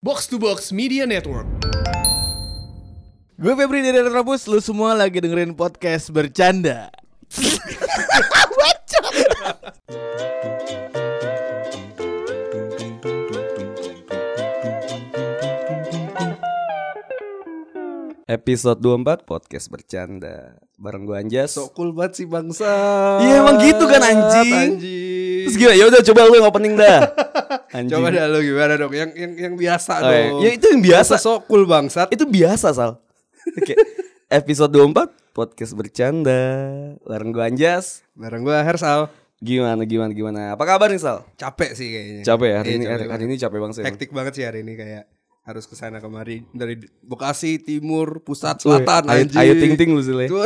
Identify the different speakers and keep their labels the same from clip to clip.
Speaker 1: Box to Box Media Network.
Speaker 2: Gue Febri dari Retrobus, lu semua lagi dengerin podcast bercanda.
Speaker 3: Episode 24 podcast bercanda bareng gua Anjas.
Speaker 4: Sok cool banget sih bangsa.
Speaker 3: Iya, emang gitu kan, anjing?
Speaker 4: Anjing.
Speaker 3: Terus gila, ya udah coba lu yang opening dah. Anjing.
Speaker 4: Coba dah lu gimana dong? Yang yang yang biasa
Speaker 3: Oh, iya.
Speaker 4: dong.
Speaker 3: Ya, itu yang biasa.
Speaker 4: Masa Sok cool bangsat.
Speaker 3: Itu biasa, Sal. Oke. Episode 24 podcast bercanda bareng gua Anjas.
Speaker 4: Bareng gua Hersal.
Speaker 3: Gimana gimana gimana? Apa kabar nih, Sal?
Speaker 4: Capek sih kayaknya.
Speaker 3: Capek ya hari
Speaker 4: Iya,
Speaker 3: ini
Speaker 4: capek
Speaker 3: hari, hari ini
Speaker 4: banget.
Speaker 3: capek banget sih. emang.
Speaker 4: Hektik banget sih hari ini kayak harus kesana kemari dari Bekasi Timur Pusat Selatan
Speaker 3: Ayo,
Speaker 4: anjing.
Speaker 3: ayo ting ting lu Zule.
Speaker 4: Tuh.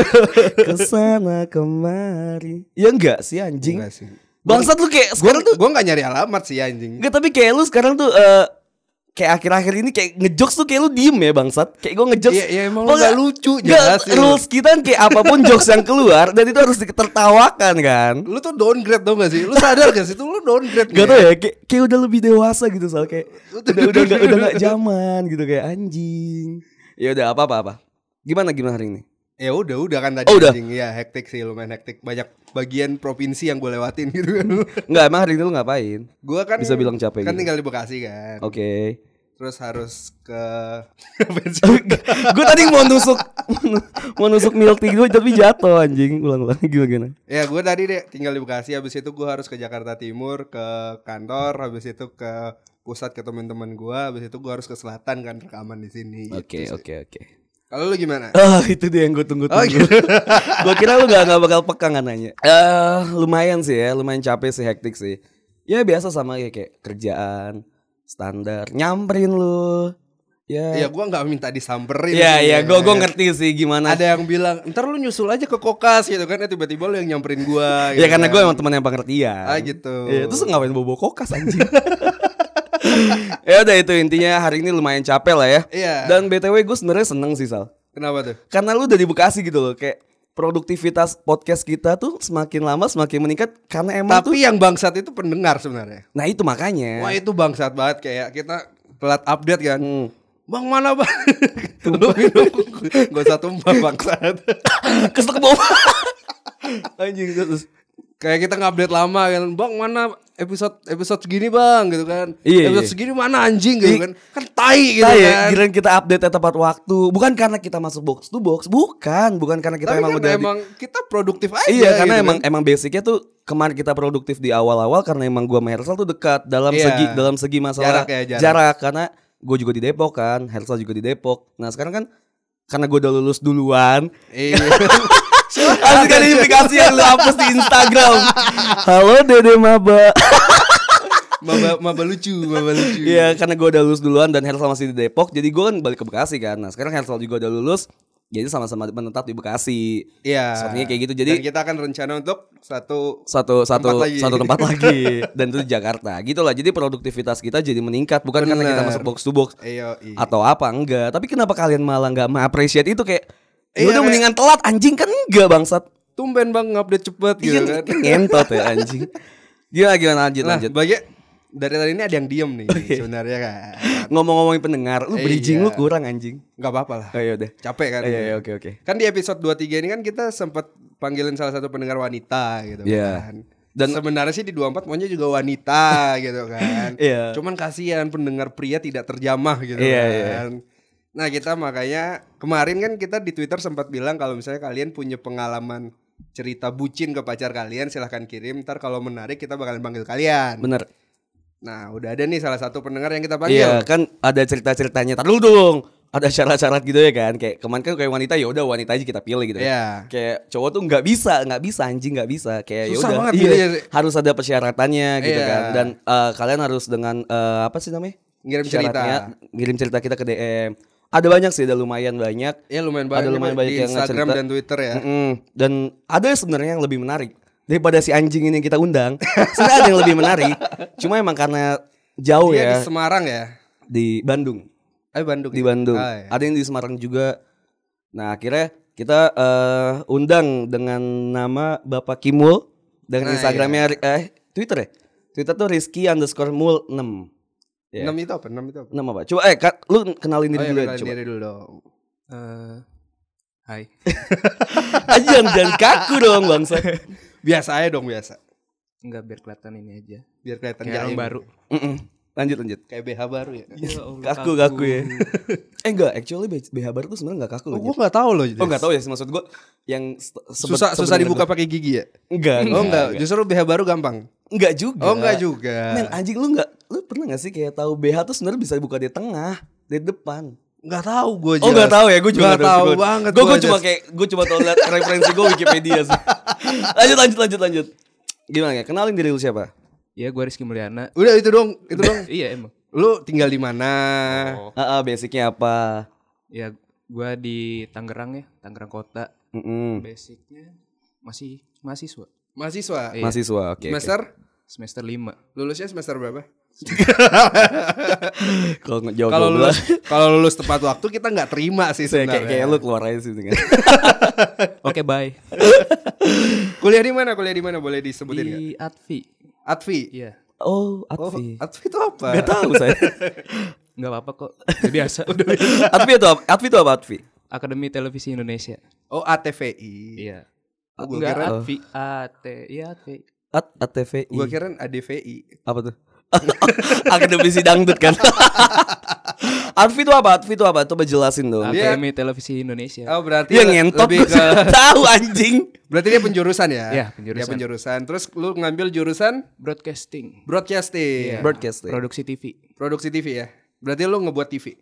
Speaker 3: Kesana kemari. Ya enggak sih anjing.
Speaker 4: Enggak sih.
Speaker 3: Bangsat lu kayak
Speaker 4: Gua
Speaker 3: sekarang tuh
Speaker 4: gua enggak nyari alamat sih anjing.
Speaker 3: Enggak tapi kayak lu sekarang tuh eh, kayak akhir-akhir ini kayak ngejokes tuh kayak lu diem ya bangsat. Kayak gue ngejokes.
Speaker 4: Iya, iya, emang lu nggak lucu,
Speaker 3: Enggak,
Speaker 4: jelas sih lu.
Speaker 3: rules kita kan kayak apapun jokes yang keluar dan itu harus ditertawakan kan.
Speaker 4: Lu tuh downgrade tau gak sih? Lu sadar gak sih? Itu lu downgrade
Speaker 3: Gak tau ya, kayak, kayak udah lebih dewasa gitu soal kayak udah udah gak, udah gak zaman gitu kayak anjing. Ya udah apa apa apa. Gimana gimana hari ini?
Speaker 4: Ya udah udah kan tadi
Speaker 3: Oh, udah.
Speaker 4: anjing. Ya hektik sih lumayan hektik Banyak bagian provinsi yang gue lewatin gitu kan
Speaker 3: Enggak emang hari ini lu ngapain?
Speaker 4: Gue kan
Speaker 3: Bisa bilang capek
Speaker 4: Kan
Speaker 3: gitu.
Speaker 4: tinggal di Bekasi kan
Speaker 3: Oke.
Speaker 4: Terus harus ke
Speaker 3: gue tadi mau nusuk mau nusuk milk tea gue tapi jatuh anjing ulang-ulang gimana gimana.
Speaker 4: Ya gue tadi deh tinggal di Bekasi Habis itu gue harus ke Jakarta Timur Ke kantor Habis itu ke pusat ke teman-teman gue Habis itu gue harus ke selatan kan rekaman di sini gitu
Speaker 3: Oke
Speaker 4: sih.
Speaker 3: oke oke.
Speaker 4: Kalau lu gimana?
Speaker 3: Ah itu dia yang gue tunggu-tunggu. gue kira lu gak, gak bakal peka nggak nanya. Eh lumayan sih ya, lumayan capek sih, hektik sih. Ya biasa sama kayak, kayak kerjaan standar, nyamperin lu. Ya.
Speaker 4: Ya gue gak minta disamperin
Speaker 3: Ya
Speaker 4: sih,
Speaker 3: ya, gue gue
Speaker 4: kan.
Speaker 3: ngerti sih gimana.
Speaker 4: ada yang bilang ntar lu nyusul aja ke kokas gitu kan eh, tiba-tiba lu yang nyamperin gua
Speaker 3: ya
Speaker 4: gitu
Speaker 3: karena
Speaker 4: kan.
Speaker 3: gue emang teman yang pengertian.
Speaker 4: Ah, gitu.
Speaker 3: Ya, terus ngapain bobo kokas anjing. ya udah itu intinya hari ini lumayan capek lah ya.
Speaker 4: Iya.
Speaker 3: Dan btw gue sebenarnya seneng sih Sal.
Speaker 4: Kenapa tuh?
Speaker 3: karena lu udah di Bekasi gitu loh kayak produktivitas podcast kita tuh semakin lama semakin meningkat karena emang tuh
Speaker 4: Tapi yang bangsat itu pendengar sebenarnya.
Speaker 3: nah itu makanya
Speaker 4: Wah itu bangsat banget kayak kita telat update kan.
Speaker 3: Hmm.
Speaker 4: Bang mana bang? Lu minum Gak usah tumpah bangsat
Speaker 3: kesel bawah anjing terus
Speaker 4: Kayak kita update lama kan Bang mana episode episode segini bang gitu kan
Speaker 3: Iya,
Speaker 4: Episode
Speaker 3: iya.
Speaker 4: segini mana anjing gitu
Speaker 3: Iya.
Speaker 4: kan Kan tai gitu
Speaker 3: Nah, ya,
Speaker 4: kan
Speaker 3: kirain kita update tepat waktu bukan karena kita masuk box to box bukan bukan karena kita
Speaker 4: Tapi
Speaker 3: emang
Speaker 4: kan
Speaker 3: udah di-
Speaker 4: emang kita produktif aja
Speaker 3: Iya karena
Speaker 4: gitu
Speaker 3: emang
Speaker 4: kan.
Speaker 3: emang basicnya tuh kemarin kita produktif di awal-awal karena emang gua sama Hersal tuh dekat dalam
Speaker 4: Iya.
Speaker 3: segi dalam segi masalah
Speaker 4: Jarak ya, jarak.
Speaker 3: karena gue juga di Depok kan Hersal juga di Depok. Nah sekarang kan karena gue udah lulus duluan
Speaker 4: Iya
Speaker 3: Harus ada kan implikasi yang lu hapus di Instagram Halo Dede Maba
Speaker 4: Maba, maba lucu Maba lucu
Speaker 3: Iya karena gue udah lulus duluan dan Hersal masih di Depok Jadi gue kan balik ke Bekasi kan Nah sekarang Hersal juga udah lulus Jadi sama-sama menetap di Bekasi
Speaker 4: Iya.
Speaker 3: Sepertinya kayak gitu Jadi
Speaker 4: Dan kita akan rencana untuk satu
Speaker 3: satu satu
Speaker 4: Tempat lagi.
Speaker 3: satu tempat lagi dan itu di Jakarta gitu lah jadi produktivitas kita jadi meningkat bukan karena kita
Speaker 4: Bener.
Speaker 3: masuk box to box
Speaker 4: Iya, iya.
Speaker 3: atau apa enggak tapi kenapa kalian malah nggak mengapresiasi itu kayak "Ya
Speaker 4: Iya,
Speaker 3: udah
Speaker 4: kayak-
Speaker 3: mendingan telat anjing kan enggak bangsat
Speaker 4: tumben bang ngupdate cepet gitu
Speaker 3: iya
Speaker 4: kan.
Speaker 3: kan ngentot ya anjing gimana gimana lanjut
Speaker 4: Nah,
Speaker 3: lanjut Iya.
Speaker 4: bagi dari tadi ini ada yang diem nih sebenarnya kan.
Speaker 3: ngomong-ngomongin pendengar lu
Speaker 4: Iya.
Speaker 3: bridging lu kurang anjing
Speaker 4: Enggak apa-apa lah.
Speaker 3: ayo deh
Speaker 4: Capek kan.
Speaker 3: Iya, iya, oke, oke.
Speaker 4: Kan di episode 23 ini kan kita sempat panggilin salah satu pendengar wanita gitu
Speaker 3: Iya.
Speaker 4: kan. Dan
Speaker 3: Dan-
Speaker 4: sebenarnya sih di 24 maunya juga wanita gitu kan.
Speaker 3: Iya.
Speaker 4: Cuman kasihan pendengar pria tidak terjamah gitu
Speaker 3: Iya, iya.
Speaker 4: kan. Nah, kita makanya kemarin kan kita di Twitter sempat bilang kalau misalnya kalian punya pengalaman cerita bucin ke pacar kalian silahkan kirim ntar kalau menarik kita bakalan panggil kalian
Speaker 3: bener
Speaker 4: Nah, udah ada nih salah satu pendengar yang kita panggil.
Speaker 3: Iya kan ada cerita-ceritanya Tar dulu dong Ada syarat-syarat gitu ya kan Kayak kemarin kan kayak wanita ya udah wanita aja kita pilih gitu ya.
Speaker 4: Iya.
Speaker 3: Kayak cowok tuh nggak bisa Nggak bisa anjing nggak bisa Kayak
Speaker 4: Susah
Speaker 3: yaudah
Speaker 4: banget
Speaker 3: iya,
Speaker 4: pilihnya sih.
Speaker 3: Harus ada persyaratannya gitu
Speaker 4: Iya.
Speaker 3: kan Dan eh, kalian harus dengan eh, Apa sih namanya
Speaker 4: Ngirim
Speaker 3: Syaratnya, Ngirim cerita kita ke DM Ada banyak sih Ada lumayan banyak
Speaker 4: Ya lumayan banyak,
Speaker 3: Ada
Speaker 4: nih,
Speaker 3: lumayan
Speaker 4: Pak,
Speaker 3: banyak
Speaker 4: di
Speaker 3: yang
Speaker 4: Instagram
Speaker 3: ngecerita.
Speaker 4: dan Twitter ya.
Speaker 3: Mm-mm. Dan ada sebenarnya yang lebih menarik Daripada si anjing ini yang kita undang Sebenarnya ada yang lebih menarik Cuma emang karena jauh
Speaker 4: Dia
Speaker 3: ya
Speaker 4: di Semarang ya.
Speaker 3: di Bandung
Speaker 4: Eh Bandung.
Speaker 3: di
Speaker 4: ya?
Speaker 3: Bandung.
Speaker 4: Ah, iya.
Speaker 3: Ada yang di Semarang juga. Nah, akhirnya kita eh, undang dengan nama Bapak Kimul dengan
Speaker 4: Nah,
Speaker 3: Instagramnya eh Twitter ya. Twitter tuh Rizky underscore Mul 6 Iya.
Speaker 4: Enam itu apa? Enam itu apa?
Speaker 3: Nama apa? Coba eh Kak, lu kenalin diri
Speaker 4: oh,
Speaker 3: dulu ya,
Speaker 4: ya, kenalin
Speaker 3: coba.
Speaker 4: diri dulu dong. Eh, hai.
Speaker 3: Ah, jangan, jangan kaku dong bangsa.
Speaker 4: Biasa aja dong biasa.
Speaker 1: Enggak biar kelihatan ini aja.
Speaker 4: Biar kelihatan
Speaker 1: Kayak orang
Speaker 4: jaim.
Speaker 1: baru.
Speaker 3: Mm-mm. Lanjut lanjut.
Speaker 4: Kayak BH baru ya.
Speaker 3: Iya, Kaku kaku ya. eh enggak, actually B- BH baru tuh sebenarnya enggak kaku loh. Jep.
Speaker 4: gak Iya. tahu loh.
Speaker 3: Oh enggak tahu ya sih maksud gua yang se- sebe-
Speaker 4: Susah susah
Speaker 3: sebenarnya
Speaker 4: dibuka
Speaker 3: gua-
Speaker 4: pakai gigi ya?
Speaker 3: Enggak.
Speaker 4: Oh enggak,
Speaker 3: Enggak,
Speaker 4: justru BH baru gampang.
Speaker 3: enggak juga.
Speaker 4: Oh enggak juga.
Speaker 3: Men anjing lu enggak lu pernah enggak sih kayak tahu BH tuh sebenarnya bisa dibuka di tengah, di depan.
Speaker 4: Enggak tahu gue
Speaker 3: Oh enggak tahu ya, gue juga
Speaker 4: Enggak tahu banget.
Speaker 3: Gue gue
Speaker 4: Jas.
Speaker 3: cuma kayak gue cuma tahu liat referensi gue Wikipedia sih. lanjut lanjut lanjut lanjut. Gimana ya? Kenalin diri lu siapa?
Speaker 1: Iya, gua Rizky Mulyana.
Speaker 4: Udah itu dong, itu dong.
Speaker 1: iya, emang.
Speaker 4: Lu tinggal di mana?
Speaker 3: Ah, ah, basicnya apa?
Speaker 1: Ya gua di Tangerang ya, Tangerang Kota.
Speaker 3: Mm-mm.
Speaker 1: Basicnya masih mahasiswa.
Speaker 4: Mahasiswa.
Speaker 1: Iya.
Speaker 3: Mahasiswa, oke. oke.
Speaker 4: semester
Speaker 1: Semester 5.
Speaker 4: lulusnya semester berapa?
Speaker 3: Kalau nggak jawab
Speaker 4: Kalau
Speaker 3: lu
Speaker 4: lulus kalau lulus tepat waktu kita nggak terima sih
Speaker 3: kayak
Speaker 4: sebenarnya.
Speaker 3: kayak lu keluar aja sih gitu kan. dengan.
Speaker 1: Oke, bye.
Speaker 4: Kuliah di mana? Kuliah di mana boleh disebutin nggak?
Speaker 1: di Atvi.
Speaker 4: Atvi.
Speaker 1: Iya.
Speaker 3: Oh,
Speaker 4: Oh,
Speaker 3: Atvi.
Speaker 4: Atvi itu apa?
Speaker 3: Gak tahu saya.
Speaker 1: Enggak apa-apa kok. Udah biasa, udah.
Speaker 3: Atvi itu apa? Atvi itu apa Atvi?
Speaker 1: Akademi Televisi Indonesia.
Speaker 4: Oh, ATVI.
Speaker 1: Iya.
Speaker 4: Oh, gua
Speaker 1: Enggak
Speaker 4: kira-
Speaker 1: Atvi, AT. Iya, Atvi.
Speaker 3: At ATVI.
Speaker 4: Gua kira ADVI.
Speaker 3: apa tuh? Akademisi dangdut kan. Atvi itu apa? Atvi itu apa? Coba jelasin dong.
Speaker 4: Dia-
Speaker 1: Akademi Televisi Indonesia.
Speaker 4: Oh, berarti
Speaker 3: Dia
Speaker 4: le-
Speaker 3: ngentot
Speaker 4: lebih
Speaker 3: gue
Speaker 4: ke
Speaker 3: tahu anjing.
Speaker 4: Berarti dia penjurusan ya?
Speaker 1: Iya, penjurusan.
Speaker 4: Dia penjurusan. Terus lu ngambil jurusan
Speaker 3: Iya.
Speaker 1: Broadcasting.
Speaker 4: broadcasting,
Speaker 3: Broadcasting.
Speaker 1: Produksi TV.
Speaker 4: produksi TV ya. Berarti lu ngebuat TV.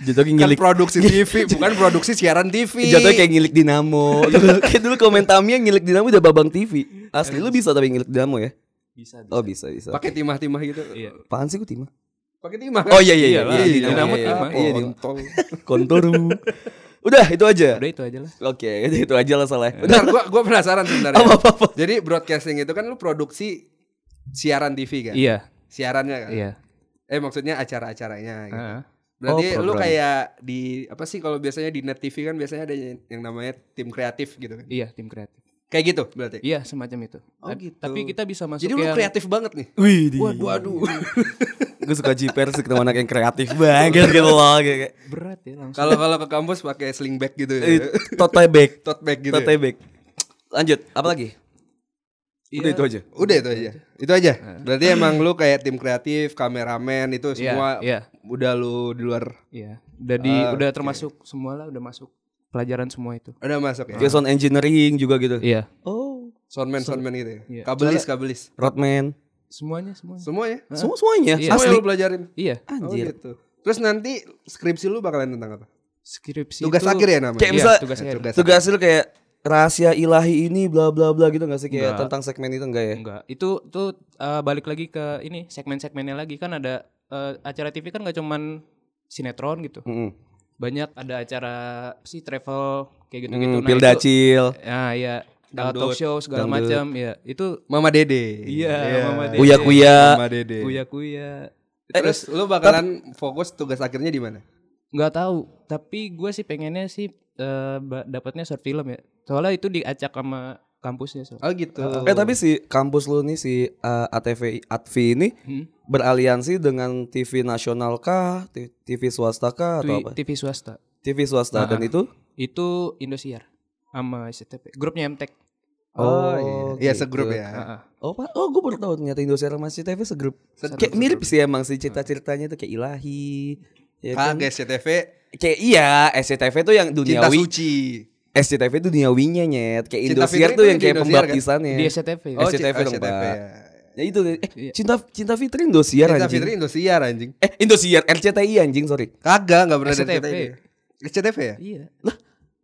Speaker 3: Jatuhnya
Speaker 4: Kan
Speaker 3: ngilik.
Speaker 4: produksi TV, bukan produksi siaran TV.
Speaker 3: Jatuhnya kayak ngilik dinamo. kayak dulu komen Tamiya ngilik dinamo udah babang TV. Asli lu bisa tapi ngilik dinamo ya?
Speaker 1: Bisa.
Speaker 3: Oh bisa bisa.
Speaker 4: pakai timah-timah gitu.
Speaker 1: Iya.
Speaker 3: Apaan sih gue timah?
Speaker 4: Pakai timah. kan?
Speaker 3: Oh iya iya iya.
Speaker 1: Iyalah,
Speaker 3: iya,
Speaker 1: dinamo
Speaker 3: iya, iya.
Speaker 1: timah.
Speaker 3: Iya,
Speaker 4: Iya,
Speaker 3: dinamo. Kontoru. Udah itu aja.
Speaker 1: Udah itu aja lah.
Speaker 3: Oke, itu aja lah salahnya. Udah.
Speaker 4: Bentar, gua gua penasaran sebenarnya.
Speaker 3: Apa, apa, apa.
Speaker 4: Jadi broadcasting itu kan lu produksi siaran TV kan?
Speaker 1: Iya.
Speaker 4: Siarannya kan?
Speaker 1: Iya.
Speaker 4: Eh maksudnya acara-acaranya gitu.
Speaker 1: Heeh.
Speaker 4: Berarti
Speaker 3: Oh,
Speaker 4: lu
Speaker 3: program.
Speaker 4: kayak di apa sih kalau biasanya di net TV kan biasanya ada yang namanya tim kreatif gitu kan.
Speaker 1: Iya, tim kreatif.
Speaker 4: Kayak gitu berarti.
Speaker 1: Iya, semacam itu.
Speaker 4: Oh,
Speaker 1: Tad-
Speaker 4: gitu.
Speaker 1: Tapi kita bisa masuk
Speaker 4: Jadi lu
Speaker 1: yang-
Speaker 4: kreatif banget nih.
Speaker 3: Wih, di-
Speaker 4: Waduh, waduh.
Speaker 3: gue suka jiper sih ketemu anak yang kreatif banget gitu loh kayak
Speaker 1: berat ya langsung.
Speaker 4: Kalau kalau ke kampus pakai sling bag gitu
Speaker 3: Eh,
Speaker 4: ya.
Speaker 3: tote bag,
Speaker 4: Tote bag gitu.
Speaker 3: tote
Speaker 4: ya?
Speaker 3: bag. Lanjut, apa lagi? Udah
Speaker 1: Iya.
Speaker 3: itu aja.
Speaker 4: Udah itu aja. Itu aja. Berarti emang lu kayak tim kreatif, kameramen itu
Speaker 1: Iya,
Speaker 4: semua
Speaker 1: iya.
Speaker 4: udah lu di luar
Speaker 1: Iya. Udah di
Speaker 4: Ah,
Speaker 1: udah termasuk semua lah, udah masuk pelajaran semua itu.
Speaker 4: udah masuk ya.
Speaker 3: Kayak sound engineering juga gitu.
Speaker 1: Iya.
Speaker 3: Oh,
Speaker 4: Soundman soundman gitu ya.
Speaker 1: Iya.
Speaker 4: Kabelis kabelis.
Speaker 3: roadman.
Speaker 1: Semuanya semuanya.
Speaker 4: Semuanya.
Speaker 3: Semua semuanya
Speaker 1: Iya.
Speaker 4: Semua
Speaker 3: asli.
Speaker 4: yang lu pelajarin.
Speaker 1: iya.
Speaker 4: Oh
Speaker 3: Anjir.
Speaker 4: gitu. Terus nanti skripsi lu bakalan tentang apa?
Speaker 1: Skripsi
Speaker 4: Tugas
Speaker 1: itu-
Speaker 4: akhir ya namanya.
Speaker 3: Kayak
Speaker 1: Iya,
Speaker 3: misal-
Speaker 1: tugas akhir.
Speaker 4: Tugas.
Speaker 3: Tugas lu kayak rahasia ilahi ini bla bla bla gitu gak sih kayak
Speaker 1: Enggak.
Speaker 3: tentang segmen itu enggak ya?
Speaker 1: Enggak. Itu tuh eh, balik lagi ke ini segmen-segmennya lagi kan ada eh, acara TV kan gak cuman sinetron gitu.
Speaker 3: Heeh.
Speaker 1: Banyak ada acara apa sih travel kayak
Speaker 3: Mm,
Speaker 1: gitu-gitu. Nah, itu-
Speaker 3: Pildacil.
Speaker 1: Nah, iya. Uh,
Speaker 4: Dangdut.
Speaker 1: talk show segala
Speaker 3: Dangdut.
Speaker 1: macam ya. Itu
Speaker 4: Mama Dede.
Speaker 1: Iya, Mama Dede.
Speaker 3: Uya kuya.
Speaker 4: Mama Dede.
Speaker 1: kuya-kuya.
Speaker 3: Eh,
Speaker 4: Terus lu bakalan fokus tugas akhirnya di mana?
Speaker 1: nggak tahu tapi gue sih pengennya sih eh, ba- dapatnya short film ya soalnya itu diacak sama kampusnya so.
Speaker 4: Oh gitu.
Speaker 3: Eh tapi si kampus lu nih si uh, ATV Atvi ini
Speaker 1: Hmm.
Speaker 3: beraliansi dengan TV nasional kah, T- TV swasta kah atau
Speaker 1: Tui-
Speaker 3: apa?
Speaker 1: TV swasta
Speaker 3: TV swasta dan
Speaker 4: Ah.
Speaker 3: itu
Speaker 1: itu Indosiar sama SCTP grupnya E MTEK
Speaker 3: Oh,
Speaker 4: iya. Iya,
Speaker 3: gitu.
Speaker 4: segrup ya.
Speaker 1: Heeh.
Speaker 3: Oh, Pak. Oh, gue baru tahu ternyata Indosiar sama CTV segrup.
Speaker 4: Segrup,
Speaker 3: kayak
Speaker 4: segrup.
Speaker 3: mirip sih emang sih cerita-ceritanya itu kayak ilahi. Ya kan?
Speaker 4: Kagak CTV
Speaker 3: Kayak iya, SCTV tuh yang
Speaker 4: Cinta
Speaker 3: duniawi.
Speaker 4: Suci.
Speaker 3: SCTV tuh duniawinya nyet. Kayak
Speaker 4: Cinta
Speaker 3: Indosiar
Speaker 4: Fitri
Speaker 3: tuh
Speaker 4: itu
Speaker 3: yang
Speaker 4: di
Speaker 3: kayak
Speaker 4: Indosiar,
Speaker 3: pembaptisannya.
Speaker 1: di SCTV ya?
Speaker 3: Oh, SCTV
Speaker 4: C-
Speaker 3: dong,
Speaker 4: SCTV,
Speaker 3: Pak.
Speaker 4: ya.
Speaker 3: Ya itu deh.
Speaker 1: Iya.
Speaker 3: Eh, cinta cinta Fitri Indosiar
Speaker 4: Cinta
Speaker 3: anjing.
Speaker 4: Fitri Indosiar anjing.
Speaker 3: Eh, Indosiar RCTI anjing, sorry.
Speaker 4: Kagak, enggak pernah ada
Speaker 1: SCTV.
Speaker 4: CTV. CTV ya?
Speaker 1: iya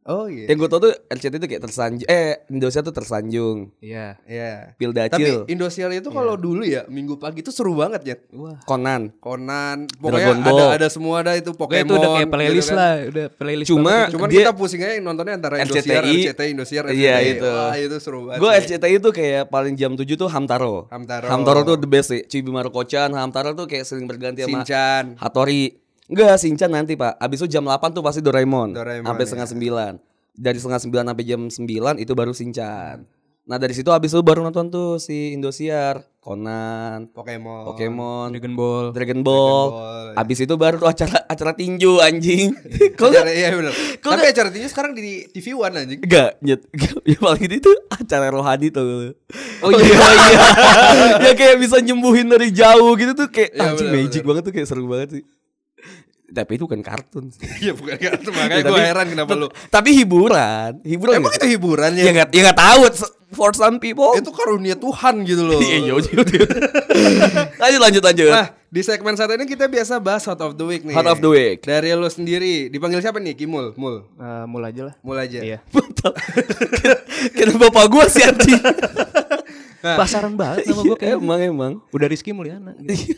Speaker 4: Oh iya.
Speaker 3: Yang gue tau tuh RCTI tuh kayak tersanjung eh Indosiar tuh tersanjung.
Speaker 1: iya
Speaker 4: Iya.
Speaker 3: Pildacil,
Speaker 4: Tapi Indosiar itu kalau
Speaker 3: Iya.
Speaker 4: dulu ya minggu pagi itu seru banget ya.
Speaker 1: wah
Speaker 3: Conan.
Speaker 4: Conan, pokoknya
Speaker 3: Dragon Ball.
Speaker 4: ada ada semua ada itu Pokemon.
Speaker 1: Pokoknya itu udah kayak
Speaker 4: gitu
Speaker 1: playlist
Speaker 4: kan.
Speaker 1: lah udah playlist
Speaker 3: Cuma-
Speaker 1: banget itu.
Speaker 4: Cuman
Speaker 3: Dia-
Speaker 4: kita pusingnya yang nontonnya antara Indosiar,
Speaker 3: RCTI.
Speaker 4: RCTI, Indosiar, RCTI.
Speaker 3: Iya, itu.
Speaker 4: Wah, itu seru banget.
Speaker 3: Gue RCTI tuh kayak paling jam 7 tuh Hamtaro.
Speaker 4: Hamtaro.
Speaker 3: tuh the best sih. Cibimaru Kocan, Hamtaro tuh kayak sering berganti sama
Speaker 4: Shinchan.
Speaker 3: Hatori. Enggak, Shinchan nanti pak. Abis itu jam 8 tuh pasti Doraemon.
Speaker 4: Doraemon, ya.
Speaker 3: sampai setengah 9. Dari setengah 9 sampai jam 9 itu baru Shinchan. Nah dari situ abis itu baru nonton tuh si Indosiar, Conan,
Speaker 4: Pokemon.
Speaker 3: Pokemon,
Speaker 1: Dragon Ball.
Speaker 3: Dragon Ball.
Speaker 4: ya.
Speaker 3: Abis itu baru tuh acara acara tinju anjing. Kok
Speaker 4: Acara, iya bener.
Speaker 3: Kalau
Speaker 4: Tapi acara tinju sekarang di TV One anjing.
Speaker 3: Enggak, nyet. Ya paling itu acara rohani tuh.
Speaker 1: Oh iya.
Speaker 3: iya. ya kayak bisa nyembuhin dari jauh gitu tuh kayak
Speaker 4: Iya,
Speaker 3: anjing
Speaker 4: benar,
Speaker 3: magic banget tuh kayak seru banget sih. Tapi itu bukan kartun. sih.
Speaker 4: Iya bukan kartu makanya
Speaker 3: Ya,
Speaker 4: gue
Speaker 3: tapi-
Speaker 4: heran kenapa lu.
Speaker 3: Tapi hiburan, hiburan.
Speaker 4: Emang
Speaker 3: nggak
Speaker 4: itu
Speaker 3: sih?
Speaker 4: hiburan
Speaker 3: ya
Speaker 4: ya?
Speaker 3: enggak ya enggak tahu s- for some people.
Speaker 4: Itu karunia Tuhan gitu loh.
Speaker 3: Iya, iya, iya, iya. Lanjut lanjut lanjut.
Speaker 4: Nah, di segmen saat ini kita biasa bahas Hot of the Week nih.
Speaker 3: Hot of the Week.
Speaker 4: Dari lu sendiri, dipanggil siapa nih? Kimul, Mul.
Speaker 1: Eh, mulai aja lah.
Speaker 4: Mul aja.
Speaker 1: Iya.
Speaker 3: Mantap. Kira bapak gua sih anjing.
Speaker 4: Nah.
Speaker 1: Pasaran banget sama gue kayak gitu?
Speaker 3: emang emang.
Speaker 1: udah Rizky Mulyana. Gitu.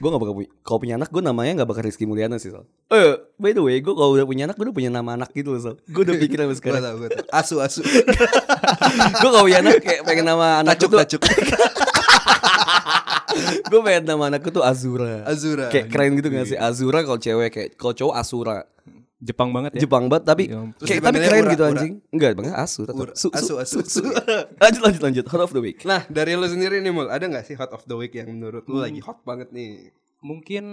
Speaker 3: gue gak bakal punya kalau punya anak gue namanya gak bakal Rizky Mulyana sih Sal. Eh, by the way gue kalau udah punya anak gue udah punya nama anak gitu loh Sal. Gue udah pikir sama
Speaker 4: Gue
Speaker 3: sekarang.
Speaker 4: tau, gue tau. Asu, asu.
Speaker 3: gue kalau punya anak kayak pengen nama anak
Speaker 4: Tacuk,
Speaker 3: gue
Speaker 4: tacuk.
Speaker 3: Gue pengen nama anak gue tuh Azura.
Speaker 4: Azura.
Speaker 3: Kayak keren gitu gak sih Azura kalau cewek kayak kalau cowok Asura.
Speaker 1: Jepang banget ya.
Speaker 3: Jepang banget tapi
Speaker 1: Iya.
Speaker 4: Terus
Speaker 3: kayak tapi
Speaker 4: dipanggilnya
Speaker 3: keren
Speaker 4: Ura,
Speaker 3: gitu
Speaker 4: Ura.
Speaker 3: anjing. Enggak, bang Asu. tetap.
Speaker 4: Ura.
Speaker 3: Su,
Speaker 4: Asu,
Speaker 3: su,
Speaker 4: asu,
Speaker 3: su, su.
Speaker 4: su.
Speaker 3: lanjut lanjut lanjut. Hot of the week.
Speaker 4: Nah, dari lu sendiri nih, Mul. Ada gak sih Hot of the Week yang menurut lu lagi hot banget nih?
Speaker 1: Mungkin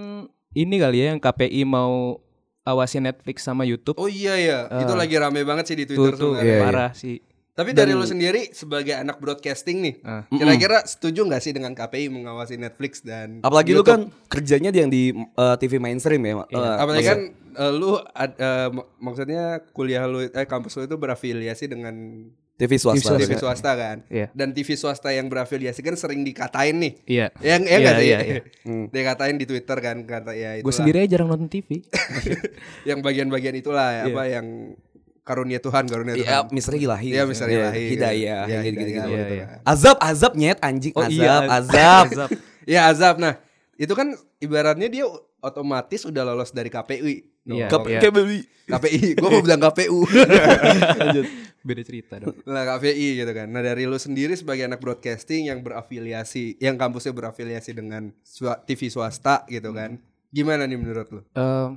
Speaker 1: ini kali ya yang KPI mau awasi Netflix sama YouTube.
Speaker 4: Oh iya ya, itu lagi rame banget sih di
Speaker 1: Itu
Speaker 4: Twitter
Speaker 1: tuh
Speaker 4: tuh.
Speaker 3: Iya, iya.
Speaker 1: parah sih.
Speaker 4: Tapi dari lu sendiri sebagai anak broadcasting nih,
Speaker 1: Ah.
Speaker 4: kira-kira setuju nggak sih dengan KPI mengawasi Netflix dan
Speaker 3: Apalagi lu kan kerjanya di yang di eh, TV mainstream ya. Eh,
Speaker 4: apalagi kan eh, lu ad- eh, mak- maksudnya kuliah lu eh kampus lu itu berafiliasi dengan
Speaker 3: TV swasta.
Speaker 4: TV swasta kan.
Speaker 1: Iya.
Speaker 4: Dan TV swasta yang berafiliasi kan sering dikatain nih.
Speaker 1: Iya.
Speaker 4: Yang ya enggak
Speaker 1: Iya,
Speaker 4: sih?
Speaker 1: iya, iya.
Speaker 4: Dikatain di Twitter kan kata ya itu
Speaker 1: Gue sendiri aja jarang nonton TV.
Speaker 4: yang bagian-bagian itulah ya, apa yang karunia Tuhan, karunia
Speaker 3: Iya,
Speaker 4: Tuhan.
Speaker 3: misteri ilahi.
Speaker 4: Iya, misteri
Speaker 3: Iya,
Speaker 4: ilahi.
Speaker 3: Hidayah,
Speaker 4: Iya,
Speaker 3: yang gitu-gitu.
Speaker 4: hidayah,
Speaker 3: gitu.
Speaker 4: gitu kan.
Speaker 3: Azab, azab nyet anjing.
Speaker 1: Oh,
Speaker 3: azab,
Speaker 1: iya,
Speaker 3: azab.
Speaker 1: azab.
Speaker 4: Ya azab. Nah, itu kan ibaratnya dia otomatis udah lolos dari KPI. No,
Speaker 1: Iya,
Speaker 4: KPI.
Speaker 1: iya.
Speaker 4: KPI. Gue mau bilang KPU.
Speaker 1: Beda cerita dong.
Speaker 4: nah, KPI gitu kan. Nah, dari lu sendiri sebagai anak broadcasting yang berafiliasi, yang kampusnya berafiliasi dengan swa- TV swasta gitu
Speaker 3: Hmm.
Speaker 4: kan. Gimana nih menurut lu?
Speaker 1: Eh,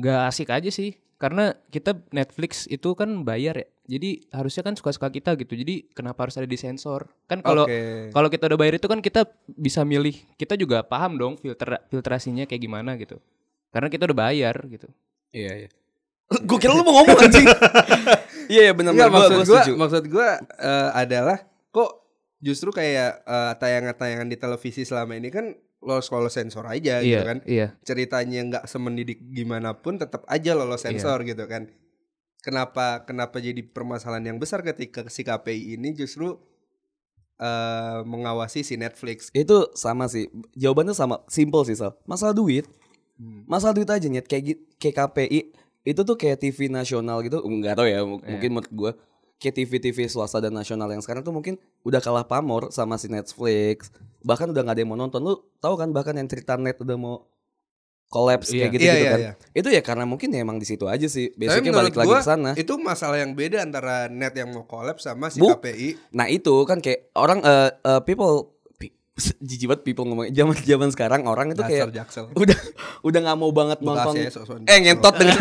Speaker 1: nggak asik aja sih karena kita Netflix itu kan bayar ya jadi harusnya kan suka-suka kita gitu jadi kenapa harus ada di sensor kan kalau
Speaker 4: Oke.
Speaker 1: kalau kita udah bayar itu kan kita bisa milih kita juga paham dong filter filtrasinya kayak gimana gitu karena kita udah bayar gitu
Speaker 3: Iya, iya. Gue kira lu mau ngomong anjing. Iya, iya benar
Speaker 4: Enggak,
Speaker 3: benar. Gua-
Speaker 4: maksud
Speaker 3: gua
Speaker 4: gue
Speaker 3: setuju.
Speaker 4: maksud gua eh, adalah kok justru kayak eh, tayangan-tayangan di televisi selama ini kan lolos lolos sensor aja gitu
Speaker 1: iya
Speaker 4: kan.
Speaker 1: iya
Speaker 4: ceritanya nggak semendidik gimana pun tetap aja lolos
Speaker 3: Iya.
Speaker 4: sensor gitu kan. Kenapa kenapa jadi permasalahan yang besar ketika si KPI ini justru eh, mengawasi si Netflix.
Speaker 3: Itu sama sih. Jawabannya sama, simple sih, Sal. Masalah duit.
Speaker 4: Hmm.
Speaker 3: Masalah duit aja nyet kayak git- kayak KPI itu tuh kayak TV nasional gitu. Enggak tahu ya,
Speaker 4: Iya.
Speaker 3: m- mungkin menurut gua kayak TV-TV swasta dan nasional yang sekarang tuh mungkin udah kalah pamor sama si Netflix. Bahkan udah nggak ada yang mau nonton. Lu tahu kan bahkan yang cerita net udah mau collapse
Speaker 1: Iya.
Speaker 3: kayak gitu-gitu
Speaker 4: Iya, iya,
Speaker 3: kan.
Speaker 4: iya.
Speaker 3: Itu ya karena mungkin ya emang di situ aja sih. Basicnya
Speaker 4: menurut
Speaker 3: balik lagi
Speaker 4: gua,
Speaker 3: ke sana.
Speaker 4: Itu masalah yang beda antara net yang mau collab sama si
Speaker 3: Bu-
Speaker 4: KPI.
Speaker 3: Nah itu kan kayak orang eh, eh, people pi- jijik banget people ngomong zaman zaman sekarang orang itu kayak
Speaker 4: Dasar jaksel.
Speaker 3: udah udah nggak mau banget nonton
Speaker 4: Bekasi ya, sok-sokan.
Speaker 3: eh ngentot dengan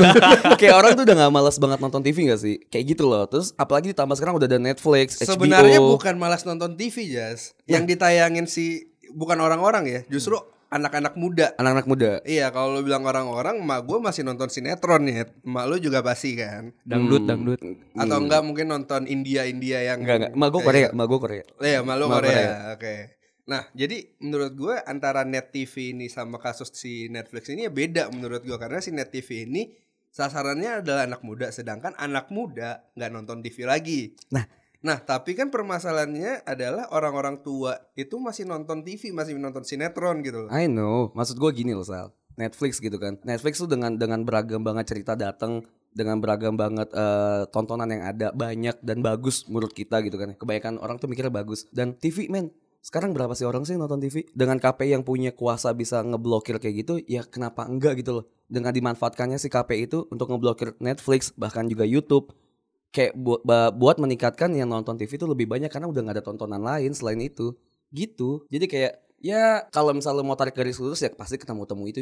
Speaker 3: kayak orang tuh udah nggak malas banget nonton TV gak sih kayak gitu loh terus apalagi ditambah sekarang udah ada Netflix HBO
Speaker 4: Sebenarnya bukan malas nonton TV, Jas. Yang ditayangin si bukan orang-orang ya, justru anak-anak muda.
Speaker 3: anak-anak muda
Speaker 4: Iya, kalau lu bilang orang-orang, emak gue masih nonton sinetron ya. Emak lu juga pasti kan.
Speaker 1: dangdut dangdut
Speaker 4: atau enggak mungkin nonton India India yang
Speaker 3: nggak nggak emak gue Korea emak gue Korea
Speaker 4: ya malu
Speaker 3: Emak
Speaker 4: Korea,
Speaker 3: Korea.
Speaker 4: oke nah jadi menurut gue antara net TV ini sama kasus si Netflix ini ya beda menurut gue karena si net TV ini sasarannya adalah anak muda sedangkan anak muda nggak nonton TV lagi
Speaker 3: Nah.
Speaker 4: nah tapi kan permasalahannya adalah orang-orang tua itu masih nonton TV masih nonton sinetron gitu loh
Speaker 3: I know maksud gue gini loh Sal Netflix gitu kan Netflix tuh dengan dengan beragam banget cerita datang dengan beragam banget eh, tontonan yang ada banyak dan bagus menurut kita gitu kan kebanyakan orang tuh mikirnya bagus dan TV men sekarang berapa sih orang sih yang nonton TV dengan KPI yang punya kuasa bisa ngeblokir kayak gitu ya kenapa enggak gitu loh dengan dimanfaatkannya si KPI itu untuk ngeblokir Netflix bahkan juga YouTube kayak buat ba- buat meningkatkan yang nonton TV itu lebih banyak karena udah nggak ada tontonan lain selain itu gitu jadi kayak ya kalau misalnya lu mau tarik garis lurus ya pasti ketemu temu itu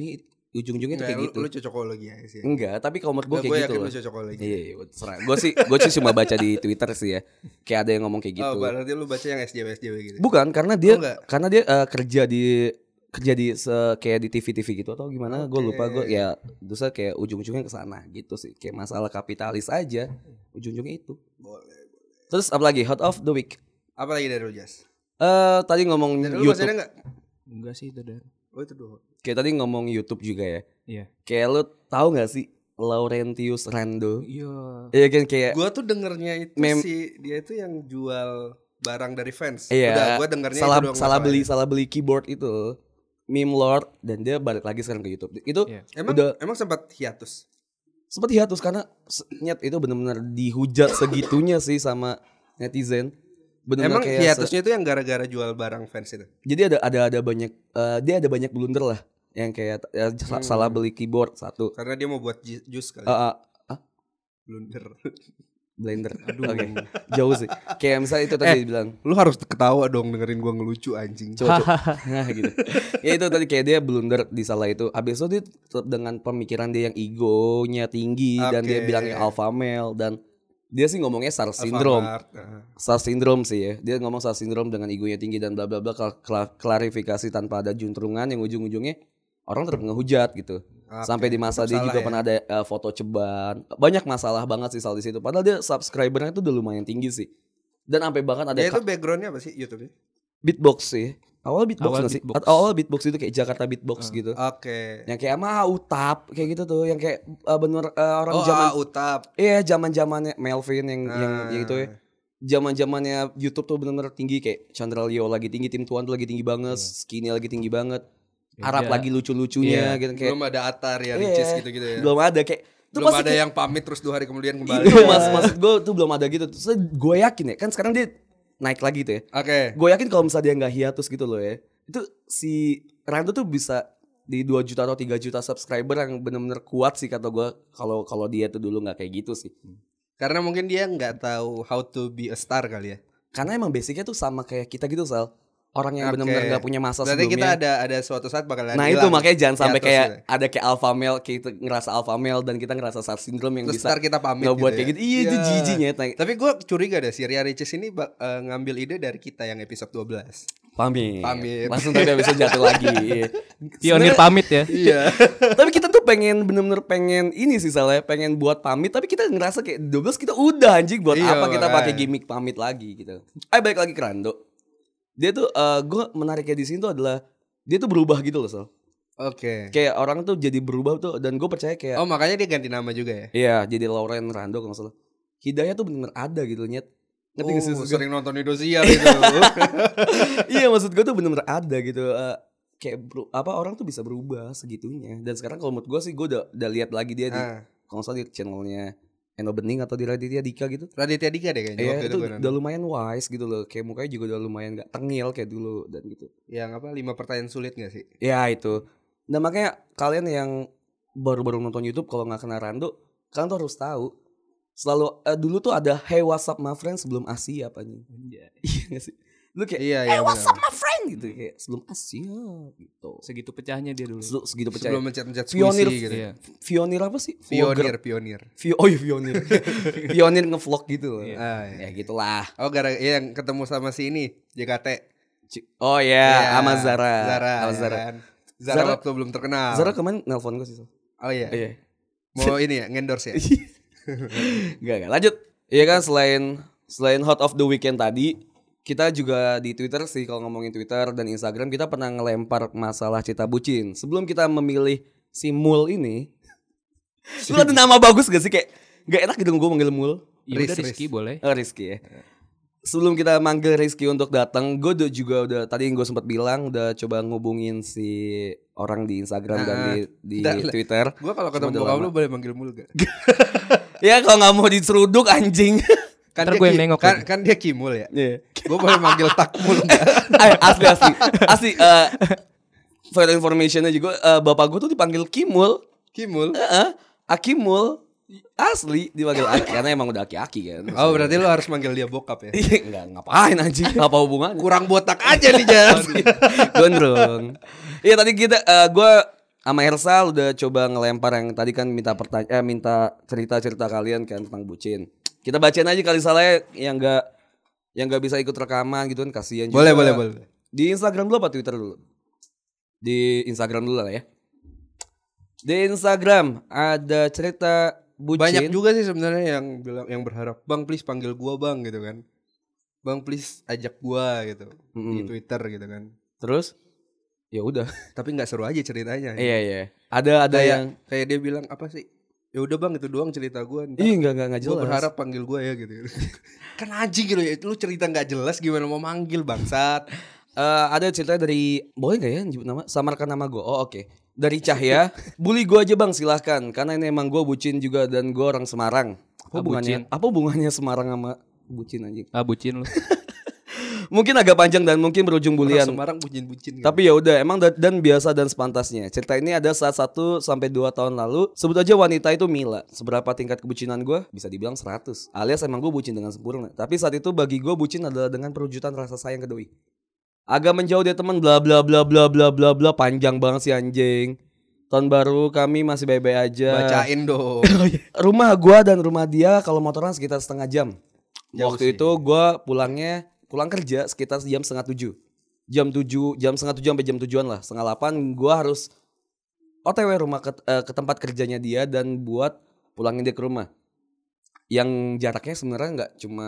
Speaker 3: ujung-ujungnya tuh
Speaker 4: Nah,
Speaker 3: kayak
Speaker 4: lu,
Speaker 3: gitu.
Speaker 4: lu cocokologi aja sih.
Speaker 3: Enggak, tapi kalau menurut gue
Speaker 4: Nah,
Speaker 3: kayak
Speaker 4: gua
Speaker 3: gitu
Speaker 4: yakin
Speaker 3: loh.
Speaker 4: lu cocokologi.
Speaker 3: Iya, iya, gua serah. Gue sih, gue sih cuma baca di Twitter sih ya. Kayak ada yang ngomong kayak gitu.
Speaker 4: Oh, berarti lu baca yang SJW SJW gitu.
Speaker 3: Bukan, karena dia,
Speaker 4: Oh, enggak.
Speaker 3: karena dia eh, kerja di kerja di se- kayak di TV-TV gitu atau gimana? Gue
Speaker 4: Oke.
Speaker 3: lupa. Gue ya, dosa kayak ujung-ujungnya ke sana gitu sih. Kayak masalah kapitalis aja, ujung-ujungnya itu.
Speaker 4: Boleh.
Speaker 3: Terus apalagi hot of the week.
Speaker 4: Apalagi dari lu Jas?
Speaker 3: Eh tadi ngomong
Speaker 4: Dari lu masih ada
Speaker 3: YouTube.
Speaker 4: enggak?
Speaker 1: Enggak sih itu Dan.
Speaker 4: Oh, itu dulu.
Speaker 3: Kayak tadi ngomong YouTube juga ya.
Speaker 1: Iya.
Speaker 3: Kayak lu tahu nggak sih Laurentius Rando?
Speaker 1: Iya.
Speaker 3: Iya kan kayak
Speaker 4: Gua tuh dengernya itu
Speaker 3: Mem-
Speaker 4: si dia itu yang jual barang dari fans.
Speaker 3: Iya.
Speaker 4: Udah, gua dengernya
Speaker 3: salah
Speaker 4: itu doang
Speaker 3: salah
Speaker 4: masalahnya.
Speaker 3: beli salah beli keyboard itu meme lord dan dia balik lagi sekarang ke YouTube itu
Speaker 1: Iya.
Speaker 4: Emang
Speaker 3: udah
Speaker 4: emang sempat hiatus.
Speaker 3: sempat hiatus karena se- nyet itu benar-benar dihujat segitunya sih sama netizen benar-benar
Speaker 4: Emang iya,
Speaker 3: kayak se-
Speaker 4: hiatusnya itu yang gara-gara jual barang fans itu.
Speaker 3: jadi ada ada ada banyak eh, dia ada banyak blunder lah yang kayak eh, sa-
Speaker 4: Hmm.
Speaker 3: salah beli keyboard satu
Speaker 4: Karena dia mau buat ju- jus kali.
Speaker 3: Eh, eh,
Speaker 4: Blunder.
Speaker 3: blender oke jauh sih kayak misalnya itu
Speaker 4: Eh.
Speaker 3: tadi bilang
Speaker 4: Lu harus ketawa dong dengerin gua ngelucu anjing.
Speaker 3: Coba, coba. nah gitu ya itu tadi kayak dia blunder di salah itu abis itu dia tetap dengan pemikiran dia yang egonya tinggi dan dia
Speaker 4: Oke.
Speaker 3: bilangnya alpha male dan dia sih ngomongnya star syndrome
Speaker 4: Alfamart, nah.
Speaker 3: star syndrome sih ya dia ngomong star syndrome dengan egonya tinggi dan bla bla bla kla- kla- klarifikasi tanpa ada juntrungan yang ujung ujungnya orang tetap ngehujat gitu
Speaker 4: Oke,
Speaker 3: sampai di masa
Speaker 4: tetap
Speaker 3: dia
Speaker 4: salah
Speaker 3: juga
Speaker 4: ya.
Speaker 3: pernah ada eh, foto ceban banyak masalah banget sih soal di situ padahal dia subscribernya itu udah lumayan tinggi sih dan sampai bahkan ada
Speaker 4: Dia
Speaker 3: ka-
Speaker 4: Ya, itu backgroundnya apa sih YouTube-nya?
Speaker 3: beatbox sih. Awal beatbox
Speaker 1: Awal
Speaker 3: nggak sih?
Speaker 1: beatbox.
Speaker 3: At- Awal beatbox itu kayak Jakarta
Speaker 4: Ah.
Speaker 3: beatbox gitu.
Speaker 4: Oke.
Speaker 3: Yang kayak mau utap kayak gitu tuh, yang kayak uh, bener uh, orang
Speaker 4: Oh,
Speaker 3: zaman
Speaker 4: ah, utap.
Speaker 3: iya zaman-zamannya Melvin yang yang
Speaker 4: Ah.
Speaker 3: yang itu ya. Zaman-zamannya YouTube tuh bener-bener tinggi kayak Chandra Leo lagi tinggi, Tim Tuan tuh lagi tinggi banget,
Speaker 4: Iya.
Speaker 3: Skinny lagi tinggi banget. Arab
Speaker 1: Iya.
Speaker 3: lagi lucu-lucunya gitu kayak
Speaker 4: Ya Iya. belum ada Atar ya,
Speaker 3: Iya.
Speaker 4: Ricis gitu-gitu ya.
Speaker 3: belum ada kayak itu
Speaker 4: belum
Speaker 3: pasti
Speaker 4: ada ya.
Speaker 3: kayak- Iya.
Speaker 4: yang pamit terus dua hari kemudian kembali.
Speaker 3: itu mas maksud gue tuh belum ada gitu. Terus gue yakin ya kan sekarang dia naik lagi tuh ya.
Speaker 4: Oke.
Speaker 3: gue yakin kalau misalnya dia nggak hiatus gitu loh ya itu si Rando tuh bisa di 2 juta atau 3 juta subscriber yang bener-bener kuat sih kata gue kalau kalau dia tuh dulu nggak kayak gitu sih
Speaker 4: Hmm. Karena mungkin dia nggak tahu how to be a star kali ya.
Speaker 3: karena emang basicnya tuh sama kayak kita gitu sal orang yang
Speaker 4: Oke.
Speaker 3: bener-bener nggak punya masa
Speaker 4: Berarti
Speaker 3: sebelumnya
Speaker 4: kita ada ada suatu saat bakal
Speaker 3: nah itu makanya jangan sampai
Speaker 4: hiatus
Speaker 3: kayak
Speaker 4: gitu.
Speaker 3: ada kayak alpha male kita ngerasa alpha male dan kita ngerasa star syndrome yang
Speaker 4: terus
Speaker 3: bisa
Speaker 4: ntar kita pamit
Speaker 3: nggak buat
Speaker 4: ya.
Speaker 3: kayak gitu iya itu
Speaker 4: Iya.
Speaker 3: jijinya
Speaker 4: Tapi gue curiga deh si Ria Ricis ini bak- eh, ngambil ide dari kita yang episode 12
Speaker 3: pamit
Speaker 4: Pamit.
Speaker 3: langsung tapi bisa jatuh lagi iya.
Speaker 1: Pionir pamit ya.
Speaker 4: Iya
Speaker 3: tapi kita tuh pengen bener-bener pengen ini sih salahnya pengen buat pamit tapi kita ngerasa kayak 12 kita udah anjing buat
Speaker 4: Iya,
Speaker 3: apa kita
Speaker 4: makanya.
Speaker 3: pakai gimmick pamit lagi gitu. Ayo balik lagi ke Rando. Dia tuh gue menariknya di sini tuh adalah dia tuh berubah gitu loh Sal.
Speaker 4: Oke
Speaker 3: Kayak orang tuh jadi berubah tuh dan gue percaya kayak
Speaker 4: Oh makanya dia ganti nama juga ya
Speaker 3: iya jadi Lauren Rando kalau nggak salah. Hidayah tuh bener-bener ada gitu nyet. Ngerti nggak sih
Speaker 4: Oh,
Speaker 3: maksud gua?
Speaker 4: sering nonton Indosiar gitu
Speaker 3: iya maksud gue tuh bener-bener ada gitu Eh, kayak beru- apa orang tuh bisa berubah segitunya dan sekarang kalau menurut gue sih gue udah, udah lihat lagi dia di
Speaker 4: Ah,
Speaker 3: kalau nggak salah di channelnya Eno Bening atau di Raditya Dika gitu.
Speaker 4: Raditya Dika deh kayaknya
Speaker 3: Iya
Speaker 4: waktu
Speaker 3: itu
Speaker 4: gua nonton.
Speaker 3: udah lumayan wise gitu loh. Kayak mukanya juga udah lumayan gak tengil kayak dulu dan gitu.
Speaker 4: Yang apa lima pertanyaan sulit gak sih
Speaker 3: Ya itu. Nah makanya kalian yang baru-baru nonton YouTube kalau nggak kena Rando, kalian tuh harus tahu. Selalu eh, dulu tuh ada Hey What's Up My Friend sebelum Asia apa nih? Iya nggak sih? Lu kayak "Eh,
Speaker 4: Iya
Speaker 3: Hey
Speaker 4: iya
Speaker 3: What's
Speaker 4: benar.
Speaker 3: Up My Friend gitu kayak sebelum Asia gitu.
Speaker 1: Segitu pecahnya dia dulu.
Speaker 3: Selalu segitu percaya.
Speaker 4: Sebelum mencet-mencet
Speaker 3: Pionir.
Speaker 4: squishy gitu
Speaker 1: Iya.
Speaker 3: Pionir apa sih? Vlogger.
Speaker 4: Pionir Pionir
Speaker 3: Vio- oh iya pionir. pionir ngevlog gitu loh.
Speaker 4: Ah,
Speaker 3: Ya
Speaker 4: iya.
Speaker 3: gitulah.
Speaker 4: Oh gara iya, yang ketemu sama si ini JKT
Speaker 3: Ci- Oh ya,
Speaker 4: Iya,
Speaker 3: sama Zara.
Speaker 4: Zara.
Speaker 3: Sama
Speaker 4: ya
Speaker 3: Zara.
Speaker 4: kan? Zara,
Speaker 3: Zara-
Speaker 4: waktu belum terkenal.
Speaker 3: Zara kemarin nelpon gue sih. Sal.
Speaker 4: oh iya.
Speaker 3: Iya.
Speaker 4: Mau ini ya ngendorse ya.
Speaker 3: Enggak, enggak. Lanjut. Iya kan selain selain hot of the weekend tadi, kita juga di Twitter sih kalau ngomongin Twitter dan Instagram kita pernah ngelempar masalah cita bucin. Sebelum kita memilih si Mul ini, lu ada nama bagus gak sih kayak nggak enak gitu gue manggil Mul?
Speaker 1: Iya udah
Speaker 4: Riz,
Speaker 1: Rizky
Speaker 4: Riz.
Speaker 1: boleh.
Speaker 3: Oh, Rizky ya. Sebelum kita manggil Rizky untuk datang, gue juga udah tadi yang gue sempat bilang udah coba ngubungin si orang di Instagram dan di, di
Speaker 4: Ah, Udah lah.
Speaker 3: Twitter.
Speaker 4: Gua kalau
Speaker 3: Cuma
Speaker 4: ketemu
Speaker 3: udah
Speaker 4: bokap
Speaker 3: lama.
Speaker 4: lu boleh manggil mulu gak?
Speaker 3: Ya kalau nggak mau diseruduk anjing.
Speaker 4: Kan
Speaker 1: Ntar
Speaker 4: dia
Speaker 1: gua yang
Speaker 4: ki-
Speaker 1: nengok
Speaker 4: Kan, kan dia kimul ya.
Speaker 3: Iya.
Speaker 4: Gua boleh manggil takmul gak?
Speaker 3: Ay, asli asli asli. eh, for informationnya juga eh, bapak gue tuh dipanggil Kimul,
Speaker 4: Kimul.
Speaker 3: Heeh. Akimul, asli dipanggil Aki karena emang udah aki-aki kan.
Speaker 4: Oh berarti lu harus manggil dia bokap ya.
Speaker 3: Iya, nggak ngapain anjing, apa hubungannya?
Speaker 4: Kurang botak aja nih Jas.
Speaker 3: Gondrong. Iya tadi kita eh, gua gue sama Ersa udah coba ngelempar yang tadi kan minta pertanya eh, minta cerita-cerita kalian kan tentang bucin. Kita bacain aja kali salahnya yang enggak yang nggak bisa ikut rekaman gitu kan kasihan juga.
Speaker 4: Boleh, boleh, boleh.
Speaker 3: Di Instagram dulu apa Twitter dulu? Di Instagram dulu lah ya. Di Instagram ada cerita bucin.
Speaker 4: Banyak juga sih sebenarnya yang bilang yang berharap, "Bang, please panggil gua, Bang." gitu kan. "Bang, please ajak gua" gitu di
Speaker 3: Mm-mm.
Speaker 4: Twitter gitu kan.
Speaker 3: Terus ya udah.
Speaker 4: Tapi nggak seru aja ceritanya. ya.
Speaker 3: Iya iya. Ada ada
Speaker 4: Kayak-
Speaker 3: yang
Speaker 4: Kayak dia bilang apa sih? Ya udah Bang, itu doang cerita gua. ntar
Speaker 3: Ih enggak enggak enggak
Speaker 4: gue
Speaker 3: jelas.
Speaker 4: berharap panggil gue ya gitu kan aji gitu ya lu cerita nggak jelas gimana mau manggil bangsat
Speaker 3: Eh, ada cerita dari boleh nggak ya nyebut nama samarkan nama gue oh oke dari Cahya bully gue aja bang silahkan karena ini emang gue bucin juga dan gue orang Semarang apa
Speaker 1: Ah,
Speaker 3: hubungannya apa hubungannya Semarang sama bucin anjing
Speaker 1: Ah bucin lu.
Speaker 3: mungkin agak panjang dan mungkin berujung
Speaker 4: Orang
Speaker 3: bulian
Speaker 4: Semarang bucin bucin gitu.
Speaker 3: tapi ya udah emang da- dan biasa dan sepantasnya cerita ini ada saat satu sampai dua tahun lalu sebut aja wanita itu Mila seberapa tingkat kebucinan gue bisa dibilang 100 alias emang gue bucin dengan sempurna tapi saat itu bagi gue bucin adalah dengan perwujudan rasa sayang ke doi agak menjauh dia teman bla bla bla bla bla bla bla panjang banget si anjing tahun baru kami masih bebe aja
Speaker 4: bacain dong
Speaker 3: rumah gua dan rumah dia kalau motoran sekitar setengah jam. Waktu itu gua pulangnya pulang kerja sekitar jam setengah tujuh, jam tujuh, jam setengah tujuh sampai jam tujuan lah, setengah delapan gua harus otw rumah ke, eh, ke tempat kerjanya dia dan buat pulangin dia ke rumah. Yang jaraknya sebenarnya nggak cuma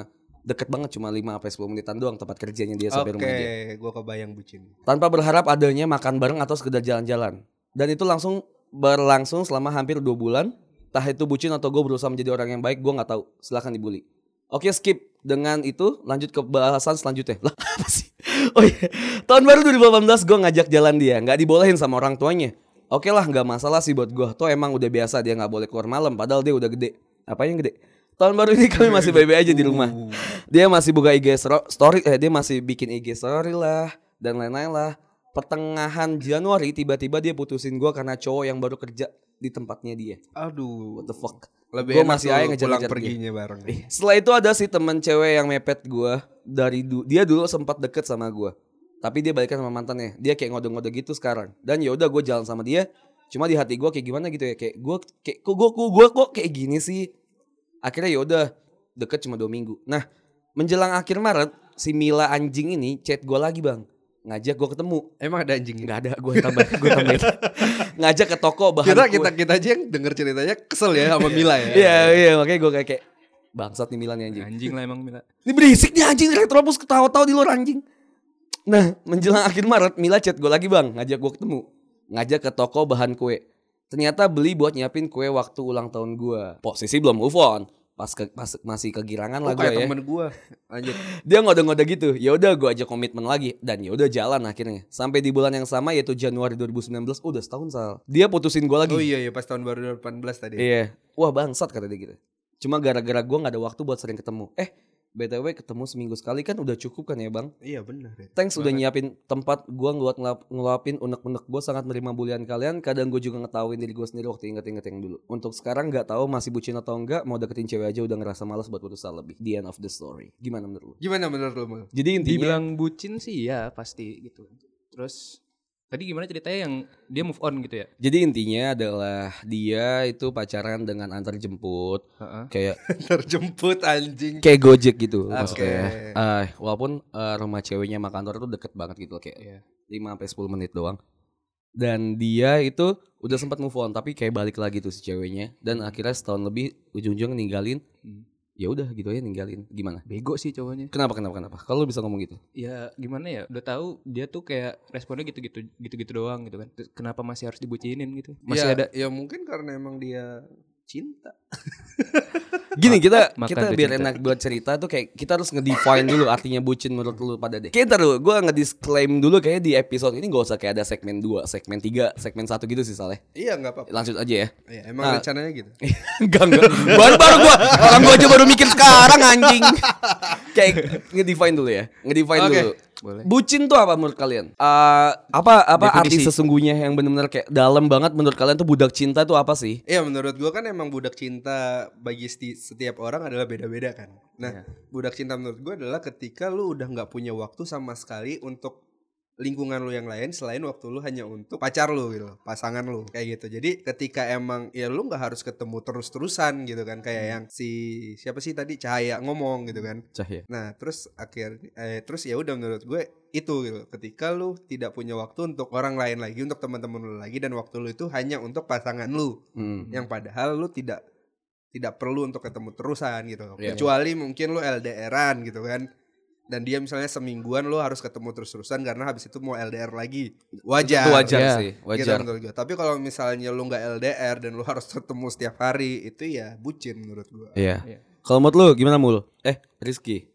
Speaker 3: deket banget cuma 5 sampai 10 menitan doang tempat kerjanya dia sampai rumah
Speaker 4: oke
Speaker 3: dia
Speaker 4: gue kebayang bucin
Speaker 3: tanpa berharap adanya makan bareng atau sekedar jalan-jalan. Dan itu langsung berlangsung selama hampir dua bulan. Entah itu bucin atau gue berusaha menjadi orang yang baik, gue nggak tahu. Silahkan dibully. Oke skip dengan itu lanjut ke bahasan selanjutnya. Lah apa sih? Oh iya. Tahun baru 2018 gue ngajak jalan dia, nggak dibolehin sama orang tuanya. Oke lah nggak masalah sih buat gue. Tuh emang udah biasa dia nggak boleh keluar malam, padahal dia udah gede. Apa yang gede? Tahun baru ini kami masih bebe aja di rumah dia masih buka IG stro- story eh dia masih bikin IG story lah dan lain-lain lah pertengahan Januari tiba-tiba dia putusin gua karena cowok yang baru kerja di tempatnya dia
Speaker 4: aduh
Speaker 3: what the fuck
Speaker 4: lebih
Speaker 3: Gua
Speaker 4: enak
Speaker 3: masih
Speaker 4: lu
Speaker 3: aja ngejar-ngejar
Speaker 4: pulang
Speaker 3: dia.
Speaker 4: perginya bareng
Speaker 3: setelah itu ada si teman cewek yang mepet gua dari du- dia dulu sempat deket sama gua tapi dia balikan sama mantannya dia kayak ngode-ngode gitu sekarang dan ya udah gue jalan sama dia cuma di hati gua kayak gimana gitu ya kayak gua kayak kok gua kok gua kok kayak gini sih akhirnya ya udah deket cuma dua minggu nah menjelang akhir Maret si Mila anjing ini chat gua lagi bang ngajak gua ketemu
Speaker 4: emang ada anjing ya?
Speaker 3: nggak ada gua tambah gua tambahin ngajak ke toko bahan
Speaker 4: kita
Speaker 3: kue.
Speaker 4: kita kita aja yang denger ceritanya kesel ya sama Mila ya
Speaker 3: iya iya makanya gua kayak kayak bangsat nih Mila nih anjing
Speaker 1: Anjing lah emang Mila.
Speaker 3: Ini berisik nih anjing Retropus ketawa-tawa di luar anjing. Nah, menjelang akhir Maret Mila chat gue lagi bang, ngajak gue ketemu, ngajak ke toko bahan kue. Ternyata beli buat nyiapin kue waktu ulang tahun gue. Posisi belum move on, pas, ke, pas masih kegirangan
Speaker 4: Oh,
Speaker 3: lah gue
Speaker 4: kayak
Speaker 3: ya.
Speaker 4: temen gue lanjut
Speaker 3: Dia ngode-ngode gitu. Ya udah gue ajak komitmen lagi dan ya udah jalan akhirnya. Sampai di bulan yang sama yaitu Januari 2019 udah setahun sal. Dia putusin gue lagi.
Speaker 4: oh iya iya pas tahun baru 18 tadi
Speaker 3: Iya. Wah bangsat kata dia gitu. Cuma gara-gara gue nggak ada waktu buat sering ketemu. Eh, btw ketemu seminggu sekali kan udah cukup kan ya bang?
Speaker 4: iya benar ya.
Speaker 3: Thanks udah nyiapin tempat gua ngeluat ngelap- ngeluapin unek-unek gue sangat menerima bulian kalian kadang gue juga ngetawain diri gue sendiri waktu inget-inget yang dulu untuk sekarang nggak tahu masih bucin atau enggak mau deketin cewek aja udah ngerasa malas buat berusaha lebih the end of the story gimana menurut lu
Speaker 4: gimana menurut lu Mal?
Speaker 3: jadi intinya
Speaker 1: Dibilang bucin sih ya pasti gitu. Terus tadi gimana ceritanya yang dia move on gitu ya?
Speaker 3: jadi intinya adalah dia itu pacaran dengan antar jemput
Speaker 1: Heeh.
Speaker 3: kayak
Speaker 4: terjemput anjing
Speaker 3: kayak gojek gitu
Speaker 4: Oke.
Speaker 3: maksudnya Eh, walaupun eh, rumah ceweknya sama kantor itu deket banget gitu loh, kayak
Speaker 1: Iya.
Speaker 3: 5 sampai 10 menit doang. Dan dia itu udah sempat move on tapi kayak balik lagi tuh si ceweknya dan akhirnya setahun lebih ujung-ujung ninggalin.
Speaker 1: Hmm.
Speaker 3: Ya udah gitu aja ninggalin. Gimana?
Speaker 1: Bego sih cowoknya.
Speaker 3: Kenapa kenapa kenapa? Kalau lu bisa ngomong gitu.
Speaker 1: ya gimana ya udah tahu dia tuh kayak responnya gitu-gitu gitu-gitu doang gitu kan Terus kenapa masih harus dibucinin gitu masih
Speaker 4: ya,
Speaker 1: ada
Speaker 4: ya mungkin karena emang dia cinta
Speaker 3: Gini kita
Speaker 1: makan
Speaker 3: kita
Speaker 1: tuh
Speaker 3: biar
Speaker 1: cinta.
Speaker 3: enak buat cerita tuh kayak kita harus ngedefine dulu artinya bucin menurut lu pada deh. Kita dulu gua ngedisclaim dulu kayak di episode ini gak usah kayak ada segmen 2, segmen 3, segmen 1 gitu sih Saleh.
Speaker 4: iya nggak apa-apa
Speaker 3: Lanjut aja ya.
Speaker 4: Iya, emang
Speaker 3: Ah.
Speaker 4: rencananya gitu
Speaker 3: Enggak, enggak. Baru-baru gua, orang gua aja baru mikir sekarang anjing. Kayak ngedefine dulu ya. Ngedefine
Speaker 4: Oke.
Speaker 3: dulu.
Speaker 1: Boleh.
Speaker 3: Bucin tuh apa menurut kalian? Eh, apa apa arti
Speaker 1: Definisi.
Speaker 3: sesungguhnya yang benar-benar kayak dalam banget menurut kalian tuh budak cinta tuh apa sih?
Speaker 4: Iya menurut gua kan emang budak cinta bagi seti- setiap orang adalah beda-beda kan. Nah budak cinta menurut gua adalah ketika lu udah nggak punya waktu sama sekali untuk lingkungan lu yang lain selain waktu lu hanya untuk pacar lu gitu, pasangan lu kayak gitu. Jadi ketika emang ya lu nggak harus ketemu terus-terusan gitu kan kayak yang si siapa sih tadi Cahaya ngomong gitu kan.
Speaker 1: ya.
Speaker 3: Cahaya.
Speaker 4: Nah, terus akhir eh, terus ya udah menurut gue itu gitu. Ketika lu tidak punya waktu untuk orang lain lagi, untuk teman-teman lu lagi dan waktu lu itu hanya untuk pasangan lu
Speaker 3: Hmm.
Speaker 4: yang padahal lu tidak tidak perlu untuk ketemu terusan gitu.
Speaker 3: Iya.
Speaker 4: Kecuali mungkin lu LDRan gitu kan. Dan dia misalnya semingguan lu harus ketemu terus-terusan karena habis itu mau LDR lagi.
Speaker 3: Ya,
Speaker 4: Wajar.
Speaker 3: Itu wajar
Speaker 1: Iya.
Speaker 3: sih,
Speaker 4: Gitu
Speaker 3: wajar.
Speaker 4: menurut gua. Tapi kalau misalnya lu nggak LDR dan lu harus ketemu setiap hari, itu ya bucin menurut gua.
Speaker 3: Iya.
Speaker 1: Iya.
Speaker 3: Kalau menurut lu gimana mul? Eh, Rizky.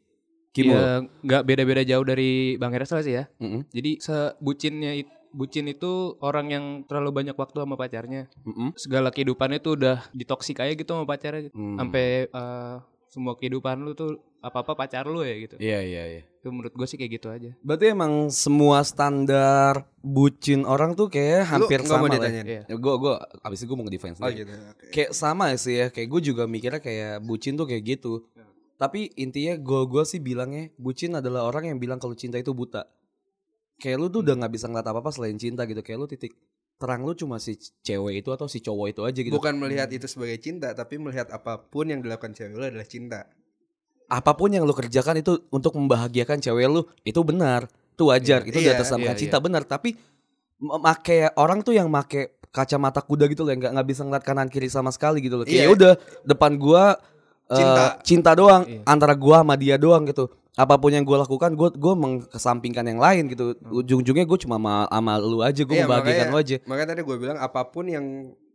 Speaker 3: Kimul.
Speaker 1: Ya, nggak beda-beda jauh dari Bang Ersel sih ya.
Speaker 3: Mm-mm.
Speaker 1: Jadi sebucinnya it- bucin itu orang yang terlalu banyak waktu sama pacarnya.
Speaker 3: Mm-mm.
Speaker 1: Segala kehidupannya tuh udah ditoksik aja gitu sama pacarnya.
Speaker 3: Hmm.
Speaker 1: Sampai eh, semua kehidupan lu tuh apa-apa pacar lu ya gitu.
Speaker 3: Iya, iya, iya.
Speaker 1: Itu menurut gue sih kayak gitu aja.
Speaker 3: Berarti emang semua standar bucin orang tuh kayak hampir
Speaker 4: nggak
Speaker 3: sama
Speaker 4: mau
Speaker 3: lah.
Speaker 4: ditanyain?
Speaker 1: Iya.
Speaker 3: Ya, Gue gue abis itu gue mau defense.
Speaker 4: Oh gitu. oke.
Speaker 3: Kayak sama sih ya. Kayak gue juga mikirnya kayak bucin tuh kayak gitu. Tapi intinya gue gue sih bilangnya bucin adalah orang yang bilang kalau cinta itu buta. Kayak lu tuh udah nggak bisa ngeliat apa apa selain cinta gitu. Kayak lu titik terang lu cuma si cewek itu atau si cowok itu aja gitu.
Speaker 4: Bukan melihat itu sebagai cinta, tapi melihat apapun yang dilakukan cewek lu adalah cinta.
Speaker 3: Apapun yang lu kerjakan itu untuk membahagiakan cewek lu itu benar, itu wajar,
Speaker 4: Iya,
Speaker 3: itu
Speaker 4: iya,
Speaker 3: di atas nama
Speaker 1: iya,
Speaker 3: cinta benar. Tapi memakai orang tuh yang make kacamata kuda gitu loh, yang nggak nggak bisa ngeliat kanan kiri sama sekali gitu loh. Kayak
Speaker 4: Iya.
Speaker 3: udah depan gua eh,
Speaker 4: Cinta.
Speaker 3: cinta doang,
Speaker 1: Iya.
Speaker 3: antara gua sama dia doang gitu. Apapun yang gua lakukan, gua gua mengkesampingkan yang lain gitu. Ujung-ujungnya gua cuma sama, sama lu aja, gua
Speaker 4: Hmm. Iya,
Speaker 3: membahagiakan
Speaker 4: makanya-
Speaker 3: lu aja.
Speaker 4: Makanya tadi gue bilang apapun yang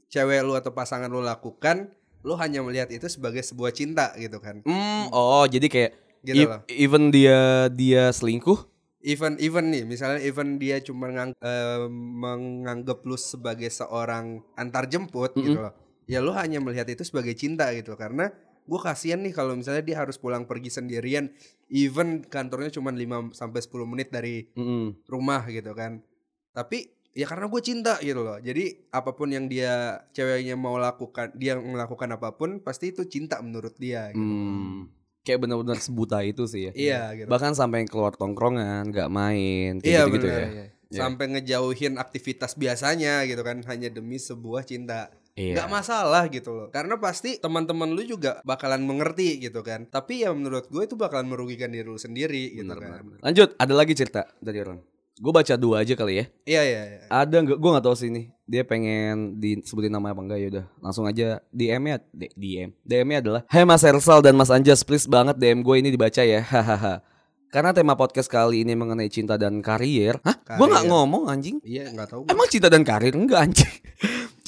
Speaker 4: cewek lu atau pasangan lu lakukan, lu hanya melihat itu sebagai sebuah cinta gitu kan.
Speaker 3: Hmm, oh jadi kayak
Speaker 4: Gitu
Speaker 3: e-
Speaker 4: loh.
Speaker 3: even dia dia selingkuh,
Speaker 4: Even even nih, misalnya even dia cuma ngang- eh, menganggap lu sebagai seorang antar jemput gitu loh. Ya lu hanya melihat itu sebagai cinta gitu loh. karena gue kasihan nih kalau misalnya dia harus pulang pergi sendirian even kantornya cuma 5 sampai 10 menit dari
Speaker 3: Mm-mm.
Speaker 4: rumah gitu kan tapi ya karena gue cinta gitu loh jadi apapun yang dia ceweknya mau lakukan dia melakukan apapun pasti itu cinta menurut dia gitu.
Speaker 3: Hmm. Kayak benar-benar sebuta itu sih ya.
Speaker 4: iya gitu
Speaker 3: Bahkan sampai yang keluar tongkrongan, nggak main,
Speaker 4: Iya,
Speaker 3: kayak gitu, ya.
Speaker 4: benar. sampai ngejauhin aktivitas biasanya gitu kan hanya demi sebuah cinta
Speaker 3: Iya.
Speaker 4: nggak masalah gitu loh karena pasti teman-teman lu juga bakalan mengerti gitu kan tapi ya menurut gue itu bakalan merugikan diri lu sendiri gitu
Speaker 3: Benar,
Speaker 4: kan
Speaker 3: benar, benar. Lanjut, ada lagi cerita dari orang. Gue baca dua aja kali ya.
Speaker 4: iya iya iya.
Speaker 3: Ada nggak? Gue nggak tahu sih ini. Dia pengen disebutin namanya apa enggak ya udah. Langsung aja DM-nya D- DM. DM-nya adalah Hai Mas Ersal dan Mas Anjas, please banget DM gue ini dibaca ya. Hahaha. Karena tema podcast kali ini mengenai cinta dan karir. Hah? Gue nggak
Speaker 4: Karir.
Speaker 3: ngomong anjing.
Speaker 4: iya nggak tahu
Speaker 3: Emang cinta dan karir enggak anjing.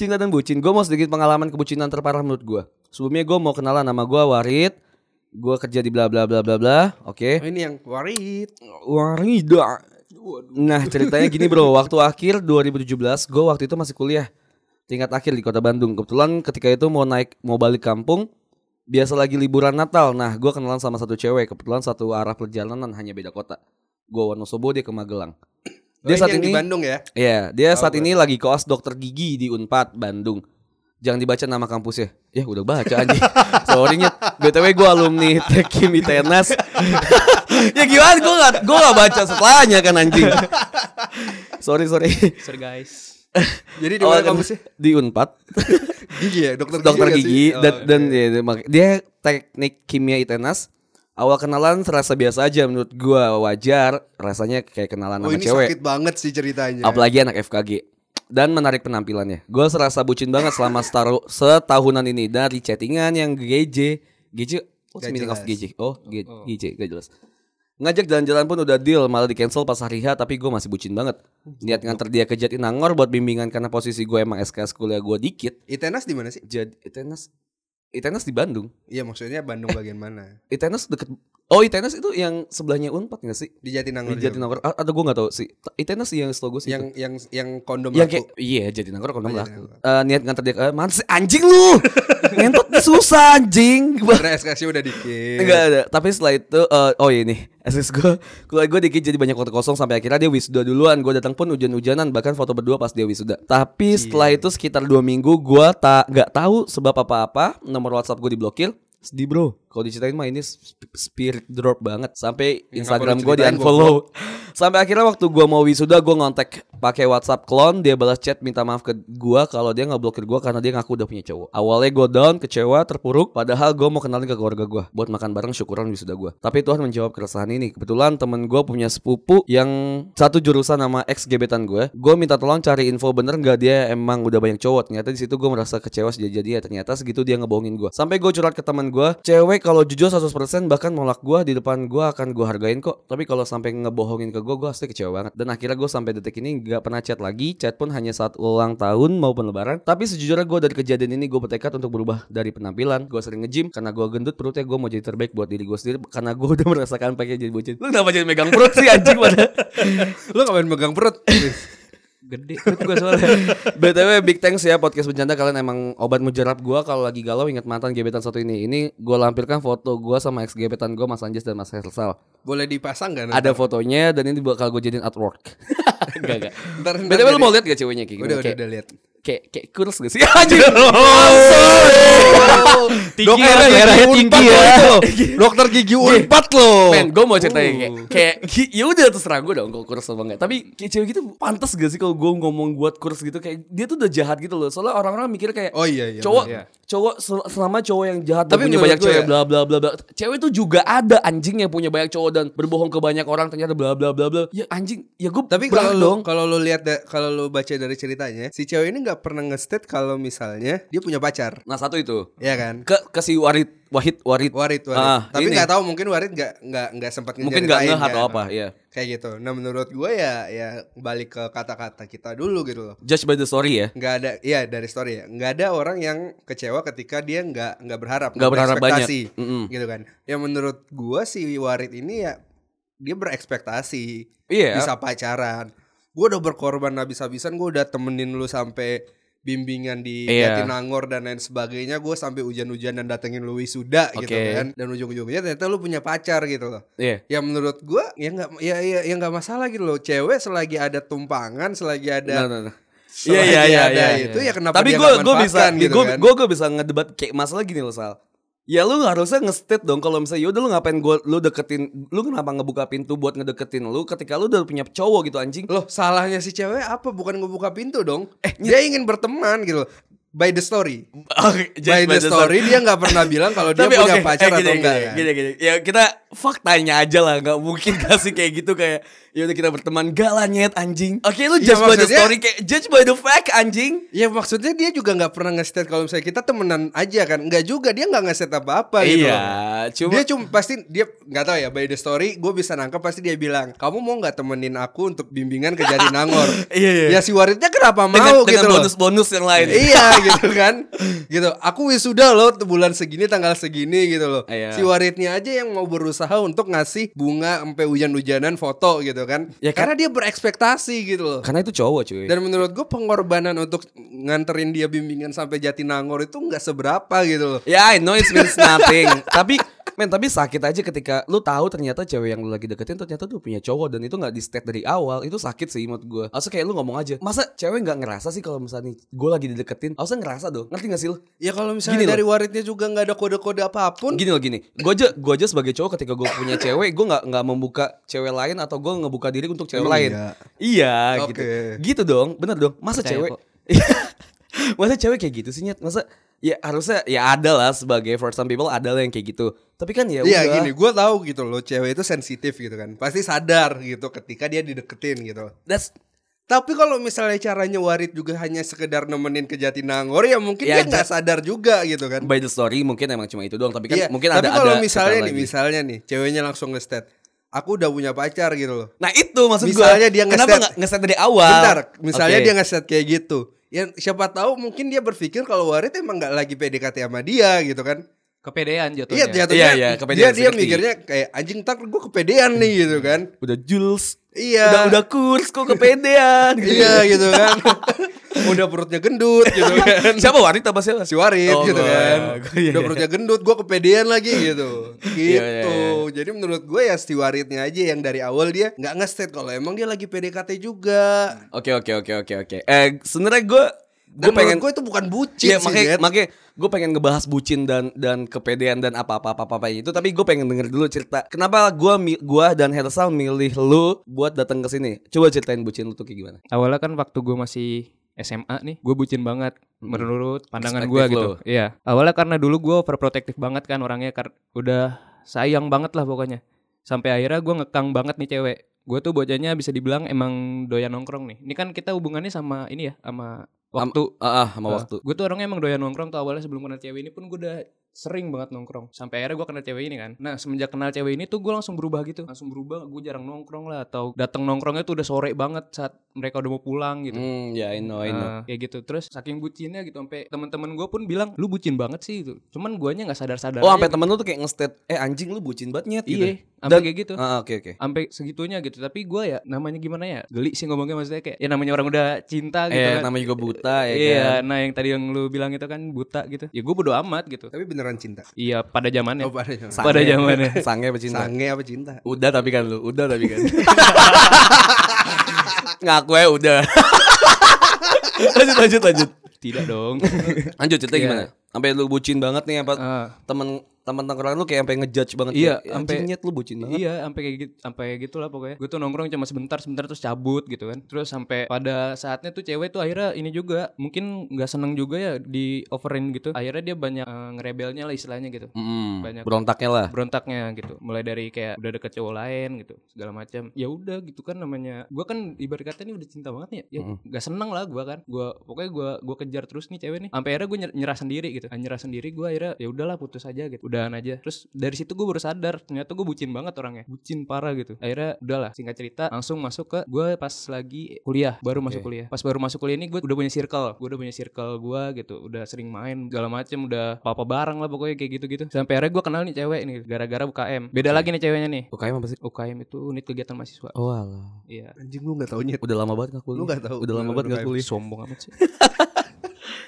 Speaker 3: cinta dan bucin. Gue mau sedikit pengalaman kebucinan terparah menurut gue. Sebelumnya gue mau kenalan nama gue Warit. Gue kerja di bla bla bla bla bla. Oke.
Speaker 4: Oh, ini yang warit
Speaker 3: Warida. Nah ceritanya gini bro. Waktu akhir 2017 gue waktu itu masih kuliah. Tingkat akhir di kota Bandung. Kebetulan ketika itu mau naik mau balik kampung. Biasa lagi liburan Natal. Nah gue kenalan sama satu cewek. Kebetulan satu arah perjalanan hanya beda kota. Gue Wonosobo dia ke Magelang.
Speaker 4: Oh, ini yang di Bandung ya
Speaker 3: Iya, dia
Speaker 4: Tahu
Speaker 3: saat
Speaker 4: gue.
Speaker 3: ini lagi koas dokter gigi di Unpad Bandung. Jangan dibaca nama kampusnya. Ya udah baca aja. Sorry Nyet. BTW gue alumni Tekim ITNAS. ya gimana gue gak, gue gak baca setelahnya kan anjing. sorry, sorry.
Speaker 1: Ser guys.
Speaker 4: jadi di
Speaker 3: Oh,
Speaker 4: mana
Speaker 3: kan-
Speaker 4: kampusnya
Speaker 3: Di Unpad.
Speaker 4: gigi ya dokter gigi
Speaker 3: Dokter
Speaker 4: nggak sih?
Speaker 3: gigi.
Speaker 4: Oh,
Speaker 3: dan,
Speaker 4: oke.
Speaker 3: dan dia, dia mak- dia teknik kimia ITNAS. Awal kenalan terasa biasa aja menurut gue wajar. Rasanya kayak kenalan
Speaker 4: oh
Speaker 3: sama
Speaker 4: ini
Speaker 3: cewek.
Speaker 4: sakit banget sih ceritanya
Speaker 3: Apalagi anak FKG dan menarik penampilannya. Gue serasa bucin banget selama setaru- setahunan ini dari chattingan yang GJ, GJ, what's the
Speaker 4: Gak
Speaker 3: meaning of
Speaker 4: jelas.
Speaker 3: GJ? Oh, G- GJ, gak jelas. Ngajak jalan-jalan pun udah deal, malah di cancel pas hari H, tapi gue masih bucin banget. Niat nganter dia ke Jatinangor buat bimbingan karena posisi gue emang SKS kuliah gue dikit.
Speaker 4: Itenas di mana sih
Speaker 3: Jadi Itenas, Itenas di Bandung.
Speaker 4: iya maksudnya Bandung bagian mana
Speaker 3: Itenas deket. Oh, Itenas itu yang sebelahnya Unpad gak sih?
Speaker 4: di Jatinangor
Speaker 3: Di
Speaker 4: juga.
Speaker 3: Jatinangor A- atau gue gak tahu sih. Itenas yang setahu gue sih.
Speaker 4: yang yang yang kondom
Speaker 3: Yang
Speaker 4: laku.
Speaker 3: kayak iya jadi nangkrong kalau
Speaker 4: Oh,
Speaker 3: lah.
Speaker 4: jadi
Speaker 3: Eh niat nganter dia ke eh, mana sih? anjing lu. Ngentot susah anjing.
Speaker 4: Karena SKS-nya udah dikit
Speaker 3: Enggak ada. Tapi setelah itu eh, oh iya nih. SS gue keluar gue dikit jadi banyak waktu kosong sampai akhirnya dia wisuda duluan. Gue datang pun hujan-hujanan bahkan foto berdua pas dia wisuda. Tapi setelah itu sekitar dua minggu gue tak nggak tahu sebab apa-apa nomor WhatsApp gue diblokir. Sedih bro, Kalau diceritain mah ini sp- spirit drop banget sampai
Speaker 4: Ya, nggak
Speaker 3: Instagram
Speaker 4: perlu
Speaker 3: gue di
Speaker 4: ceritain,
Speaker 3: unfollow. Sampai akhirnya waktu gue mau wisuda gue ngontek pakai WhatsApp klon dia balas chat minta maaf ke gue kalau dia nggak blokir gue karena dia ngaku udah punya cowok. Awalnya gue down kecewa terpuruk padahal gue mau kenalin ke keluarga gue buat makan bareng syukuran wisuda gue. Tapi Tuhan menjawab keresahan ini. Kebetulan temen gue punya sepupu yang satu jurusan sama ex gebetan gue. Gue minta tolong cari info bener nggak dia emang udah banyak cowok. Ternyata di situ gue merasa kecewa sejak dia ternyata segitu dia ngebohongin gue. Sampai gue curhat ke teman gue, cewek kalau jujur 100% bahkan nolak gue di depan gue akan gue hargain kok. Tapi kalau sampai ngebohongin ke gue, gue pasti kecewa banget. Dan akhirnya gue sampai detik ini nggak pernah chat lagi. Chat pun hanya saat ulang tahun maupun lebaran. Tapi sejujurnya gue dari kejadian ini gue bertekad untuk berubah dari penampilan. Gue sering nge-gym karena gue gendut perutnya gue mau jadi terbaik buat diri gue sendiri karena gue udah merasakan pakai jadi bucin. Lu kenapa jadi megang perut sih anjing pada?
Speaker 4: Lu ngapain megang perut?
Speaker 1: Gede perut gue soalnya.
Speaker 3: BTW big thanks ya podcast bercanda kalian emang obat mujarab gua kalau lagi galau ingat mantan gebetan satu ini. Ini gua lampirkan foto gua sama ex gebetan gua Mas Anjas dan Mas Hersal.
Speaker 4: Boleh dipasang gak?
Speaker 3: Ada fotonya dan ini bakal gua jadiin artwork. Enggak enggak.
Speaker 4: Ntar, ntar
Speaker 3: BTW lu
Speaker 4: jadi-
Speaker 3: mau lihat gak ceweknya kayak
Speaker 4: Udah,
Speaker 3: gimana?
Speaker 4: udah,
Speaker 3: Kayak
Speaker 4: udah lihat.
Speaker 3: kayak kayak kurus gak sih? Anjir. Langsung.
Speaker 1: Tinggi
Speaker 3: Dokter
Speaker 1: ya,
Speaker 3: daerahnya
Speaker 1: unpad
Speaker 3: tinggi
Speaker 1: loh
Speaker 3: ya.
Speaker 1: itu
Speaker 4: Dokter gigi unpad loh.
Speaker 3: Men, gue mau ceritain kayak, kayak gi- ya udah terserah gue dong kalau kurus apa enggak. Tapi kayak cewek gitu pantas gak sih kalau gue ngomong buat kurus gitu kayak dia tuh udah jahat gitu loh. Soalnya orang-orang mikir kayak
Speaker 4: Oh iya, iya,
Speaker 3: cowok
Speaker 1: bener,
Speaker 3: cowok sel- selama cowok yang jahat dan
Speaker 4: Tapi
Speaker 3: punya
Speaker 4: menurut
Speaker 3: banyak
Speaker 4: gue
Speaker 3: cewek
Speaker 4: ya-
Speaker 3: bla bla bla bla. Cewek tuh juga ada anjing yang punya banyak cowok dan berbohong ke banyak orang ternyata bla bla bla bla. Ya anjing, ya gue
Speaker 4: Tapi
Speaker 3: berat
Speaker 4: kalau lu
Speaker 3: dong.
Speaker 4: kalau lu lihat da- kalau lu baca dari ceritanya, si cewek ini nggak pernah nge-state kalau misalnya dia punya pacar.
Speaker 3: Nah, satu itu.
Speaker 4: Iya kan?
Speaker 3: Ke ke si Warid Wahid Warid.
Speaker 4: Warit, warit.
Speaker 3: Ah,
Speaker 4: Tapi
Speaker 3: ini.
Speaker 4: nggak tahu mungkin Warit nggak nggak nggak kan. sempat
Speaker 3: Mungkin
Speaker 4: nggak
Speaker 3: gak ngeh atau apa, iya.
Speaker 4: Kayak gitu. Nah menurut gue ya ya balik ke kata-kata kita dulu gitu loh.
Speaker 3: Judge by the story ya.
Speaker 4: nggak ada iya dari story ya nggak ada orang yang kecewa ketika dia nggak nggak berharap
Speaker 3: Nggak berharap
Speaker 4: berekspektasi,
Speaker 3: banyak. Mm-mm.
Speaker 4: gitu kan ya menurut gua si Warit ini ya dia berekspektasi
Speaker 3: Iya.
Speaker 4: bisa pacaran gua udah berkorban habis-habisan gua udah temenin lu sampai bimbingan di
Speaker 3: Iya.
Speaker 4: Jatinangor dan lain sebagainya gua sampai hujan-hujan dan datengin lu wisuda gitu
Speaker 3: Oke.
Speaker 4: kan dan ujung-ujungnya ternyata lu punya pacar gitu loh
Speaker 3: Iya.
Speaker 4: ya menurut gua ya nggak ya ya ya nggak masalah gitu loh cewek selagi ada tumpangan selagi ada
Speaker 3: Nah, nah, nah.
Speaker 4: Selagi
Speaker 3: Iya iya iya
Speaker 4: ada
Speaker 3: iya.
Speaker 4: itu ya kenapa
Speaker 3: Tapi
Speaker 4: dia
Speaker 3: gue
Speaker 4: nggak
Speaker 3: gue bisa
Speaker 4: manfaatkan gitu
Speaker 3: gue
Speaker 4: kan?
Speaker 3: gue bisa ngedebat kayak masalah gini loh Sal. Ya lu harusnya nge-state dong kalau misalnya yaudah lu ngapain gue lu deketin lu kenapa ngebuka pintu buat ngedeketin lu ketika lu udah punya cowok gitu anjing.
Speaker 4: Loh, salahnya si cewek apa? Bukan ngebuka pintu dong. Eh, dia ingin berteman gitu. loh. By the story.
Speaker 3: Oke,
Speaker 4: By
Speaker 3: just
Speaker 4: the story dia nggak pernah bilang kalau
Speaker 3: Tapi
Speaker 4: dia
Speaker 3: oke,
Speaker 4: punya pacar
Speaker 3: eh, gini,
Speaker 4: atau enggak.
Speaker 3: gini,
Speaker 4: kan?
Speaker 3: Gini gini. Ya kita faktanya aja lah nggak mungkin kasih kayak gitu kayak yaudah kita berteman gak lah nyet anjing. Oke lu
Speaker 4: Iya,
Speaker 3: judge by the
Speaker 4: maksudnya-
Speaker 3: story kayak judge by the fact anjing.
Speaker 4: Ya maksudnya dia juga nggak pernah nge-state kalau misalnya kita temenan aja kan. Enggak juga dia nggak nge-state apa-apa gitu.
Speaker 3: Iya,
Speaker 4: loh.
Speaker 3: cuma
Speaker 4: Dia cuma pasti dia nggak tahu ya by the story gue bisa nangkep pasti dia bilang kamu mau nggak temenin aku untuk bimbingan ke Jatinangor
Speaker 3: Iya, iya.
Speaker 4: ya si waritnya kenapa mau
Speaker 3: dengan,
Speaker 4: gitu
Speaker 3: dengan
Speaker 4: loh
Speaker 3: bonus-bonus yang lain.
Speaker 4: iya gitu kan gitu aku wisuda loh tuh bulan segini tanggal segini gitu loh
Speaker 3: Iya.
Speaker 4: si waritnya aja yang mau berusaha untuk ngasih bunga sampai hujan-hujanan foto gitu kan
Speaker 3: Ya,
Speaker 4: karena dia berekspektasi gitu loh
Speaker 3: Karena itu cowok cuy.
Speaker 4: dan menurut gue pengorbanan untuk nganterin dia bimbingan sampai Jatinangor itu nggak seberapa gitu loh
Speaker 3: Ya I know it means nothing Tapi Men tapi sakit aja ketika Lu tahu ternyata cewek yang lu lagi deketin Ternyata tuh punya cowok Dan itu gak di state dari awal Itu sakit sih menurut gue Maksudnya kayak lu ngomong aja Masa cewek gak ngerasa sih kalau misalnya nih Gue lagi dideketin Harusnya ngerasa dong Ngerti gak sih lu?
Speaker 4: ya kalau misalnya
Speaker 3: Gini loh.
Speaker 4: dari waritnya juga nggak ada kode-kode apapun
Speaker 3: Gini loh gini Gue aja, gua aja sebagai cowok ketika gue punya cewek Gue gak, nggak membuka cewek lain Atau gue ngebuka diri untuk cewek
Speaker 4: Emang
Speaker 3: lain
Speaker 4: iya?
Speaker 3: Iya
Speaker 4: Oke.
Speaker 3: gitu Gitu dong Bener dong Masa
Speaker 1: Percaya
Speaker 3: cewek
Speaker 1: kok.
Speaker 3: Masa cewek kayak gitu sih Nyet Masa Ya harusnya Ya ada lah sebagai For some people ada lah yang kayak gitu Tapi kan ya
Speaker 4: Iya
Speaker 3: udah.
Speaker 4: gini, gue tahu gitu loh, cewek itu sensitif gitu kan, pasti sadar gitu ketika dia dideketin gitu. loh.
Speaker 3: That's
Speaker 4: Tapi kalau misalnya caranya warit juga hanya sekedar nemenin ke Jatinangor ya mungkin
Speaker 3: Ya,
Speaker 4: dia nggak sadar juga gitu kan.
Speaker 3: by the story mungkin emang cuma itu doang tapi kan
Speaker 4: Iya,
Speaker 3: mungkin ada
Speaker 4: tapi
Speaker 3: ada
Speaker 4: kalau
Speaker 3: cerita
Speaker 4: misalnya nih,
Speaker 3: lagi.
Speaker 4: misalnya nih, ceweknya langsung nge-stat, aku udah punya pacar gitu loh.
Speaker 3: Nah itu maksud gue
Speaker 4: Misalnya dia
Speaker 3: Kenapa
Speaker 4: nge-stat-
Speaker 3: nggak nge-stat dari awal
Speaker 4: Bentar, misalnya
Speaker 3: Oke.
Speaker 4: dia nge-stat kayak gitu. Ya siapa tahu mungkin dia berpikir kalau warit emang nggak lagi PDKT sama dia gitu kan.
Speaker 1: Kepedean jatuhnya.
Speaker 4: Iya, jatuhnya
Speaker 3: Iya, iya,
Speaker 4: dia
Speaker 3: kepedean,
Speaker 4: dia
Speaker 3: ngerti.
Speaker 4: mikirnya kayak anjing tak gue kepedean nih gitu kan.
Speaker 3: Udah Jules
Speaker 4: Iya.
Speaker 3: Udah, udah kurs kok kepedean
Speaker 4: Iya gitu kan. Udah perutnya gendut gitu kan.
Speaker 3: Siapa wanita apa siapa?
Speaker 4: si warit
Speaker 3: Oh,
Speaker 4: gitu
Speaker 3: gua-
Speaker 4: kan.
Speaker 3: gua- iya, iya.
Speaker 4: Udah perutnya gendut, gue kepedean lagi gitu. Gitu.
Speaker 3: Iya, iya,
Speaker 4: Jadi menurut gue ya si waritnya aja yang dari awal dia nggak nge-state kalau emang dia lagi PDKT juga.
Speaker 3: Oke oke oke oke oke Eh sebenernya gue gue
Speaker 4: Dan
Speaker 3: pengen
Speaker 4: gue itu bukan
Speaker 3: Iya
Speaker 4: bucin sih,
Speaker 3: makanya,
Speaker 4: Zed.
Speaker 3: makanya gue pengen ngebahas bucin dan dan kepedean dan apa apa apa apa itu tapi gue pengen denger dulu cerita kenapa gue gua dan Hersal milih lu buat datang ke sini coba ceritain bucin lu tuh kayak gimana
Speaker 1: awalnya kan waktu gue masih SMA nih, gue bucin banget
Speaker 3: Mm.
Speaker 1: menurut pandangan
Speaker 3: Perspektif
Speaker 1: gue gitu.
Speaker 3: lo.
Speaker 1: Iya, awalnya karena dulu gue overprotective banget kan orangnya, kar- udah sayang banget lah pokoknya. Sampai akhirnya gue ngekang banget nih cewek. Gue tuh bocahnya bisa dibilang emang doyan nongkrong nih. Ini kan kita hubungannya sama ini ya, sama waktu.
Speaker 3: ah ah, sama waktu
Speaker 1: Gue tuh orangnya emang doyan nongkrong tuh awalnya sebelum kenal cewek ini pun gue udah sering banget nongkrong sampai akhirnya gue kenal cewek ini kan nah semenjak kenal cewek ini tuh gue langsung berubah gitu langsung berubah gue jarang nongkrong lah atau datang nongkrongnya tuh udah sore banget saat mereka udah mau pulang gitu
Speaker 3: hmm ya I know I know
Speaker 1: Nah, kayak gitu terus saking bucinnya gitu sampai teman-teman gue pun bilang lu bucin banget sih itu cuman guanya nggak sadar sadar
Speaker 3: oh sampai temen lu tuh kayak ngestate eh anjing lu bucin banget nyet gitu
Speaker 1: iya sampai
Speaker 3: Dan-
Speaker 1: kayak gitu
Speaker 3: Ah, oke oke
Speaker 1: sampai segitunya gitu tapi gue ya namanya gimana ya geli sih ngomongnya maksudnya kayak ya namanya orang udah cinta gitu
Speaker 3: eh
Speaker 1: kan
Speaker 3: namanya juga buta ya
Speaker 1: iya
Speaker 3: kan
Speaker 1: nah yang tadi yang lu bilang itu kan buta gitu ya gue bodo amat gitu
Speaker 4: Tapi beneran cinta.
Speaker 1: iya pada zamannya
Speaker 4: Oh, pada zaman.
Speaker 3: kan. Sange.
Speaker 1: pada zamannya
Speaker 3: sange pecinta
Speaker 4: Sange apa cinta?
Speaker 3: udah tapi kan lu udah tapi kan ngaku ya udah lanjut lanjut lanjut
Speaker 1: tidak dong
Speaker 3: Lanjut cerita
Speaker 1: Iya.
Speaker 3: gimana? Sampai lu bucin banget nih apa
Speaker 1: Ah,
Speaker 3: temen teman nongkrongan lu kayak sampai ngejudge banget.
Speaker 1: Iya,
Speaker 3: kayak, "Eh,
Speaker 1: sampai-
Speaker 3: anjing, nyet lu bucin banget.
Speaker 1: Iya, sampai kayak gitu, sampai kayak gitulah pokoknya. Gue tuh nongkrong cuma sebentar, sebentar terus cabut gitu kan. Terus sampai pada saatnya tuh cewek tuh akhirnya ini juga mungkin nggak seneng juga ya di overin gitu. Akhirnya dia banyak eh, ngerebelnya lah istilahnya gitu.
Speaker 3: Mm,
Speaker 1: Banyak.
Speaker 3: berontaknya lah.
Speaker 1: Berontaknya gitu. Mulai dari kayak udah deket cowok lain gitu, segala macam. Ya udah gitu kan namanya. Gue kan ibarat kata ini udah cinta banget nih. Ya
Speaker 3: Mm.
Speaker 1: nggak seneng lah gue kan. Gua pokoknya gue gua kejar terus nih cewek nih. Sampai akhirnya gue nyerah sendiri gitu. Ah, Nyerah sendiri gue akhirnya ya udahlah putus aja gitu. Udahan aja. Terus dari situ gue baru sadar ternyata gue bucin banget orangnya. Bucin parah gitu. Akhirnya udahlah singkat cerita langsung masuk ke gue pas lagi kuliah, baru masuk kuliah. Pas baru masuk kuliah ini gue udah punya circle. Gue udah punya circle gue gitu. Udah sering main segala macem udah apa-apa bareng lah pokoknya kayak gitu-gitu. Sampai akhirnya gue kenal nih cewek nih gara-gara UKM. Beda lagi nih ceweknya nih.
Speaker 3: Oke, apa sih?
Speaker 1: UKM itu unit kegiatan mahasiswa.
Speaker 3: Oh, alah.
Speaker 1: Iya.
Speaker 4: Anjing lu gak tau nyet.
Speaker 3: Udah lama banget ngaku
Speaker 4: Lu nggak tahu.
Speaker 3: Udah lama
Speaker 4: Lu-
Speaker 3: banget
Speaker 4: lu
Speaker 3: ngaku kuliah.
Speaker 1: Sombong amat sih.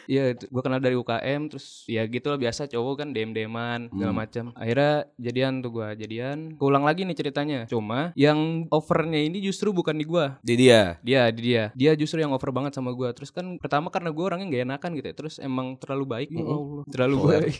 Speaker 1: Iya, gue kenal dari UKM terus ya gitu lah biasa cowok kan DM-deman segala
Speaker 3: Hmm.
Speaker 1: macam. Akhirnya jadian tuh gua, jadian. Keulang lagi nih ceritanya. Cuma yang overnya ini justru bukan di gua.
Speaker 3: Di dia.
Speaker 1: Dia, di dia. Dia justru yang over banget sama gua. Terus kan pertama karena gua orangnya gak enakan gitu ya. Terus emang terlalu baik. Ya Allah. Terlalu
Speaker 3: Soler.
Speaker 1: baik.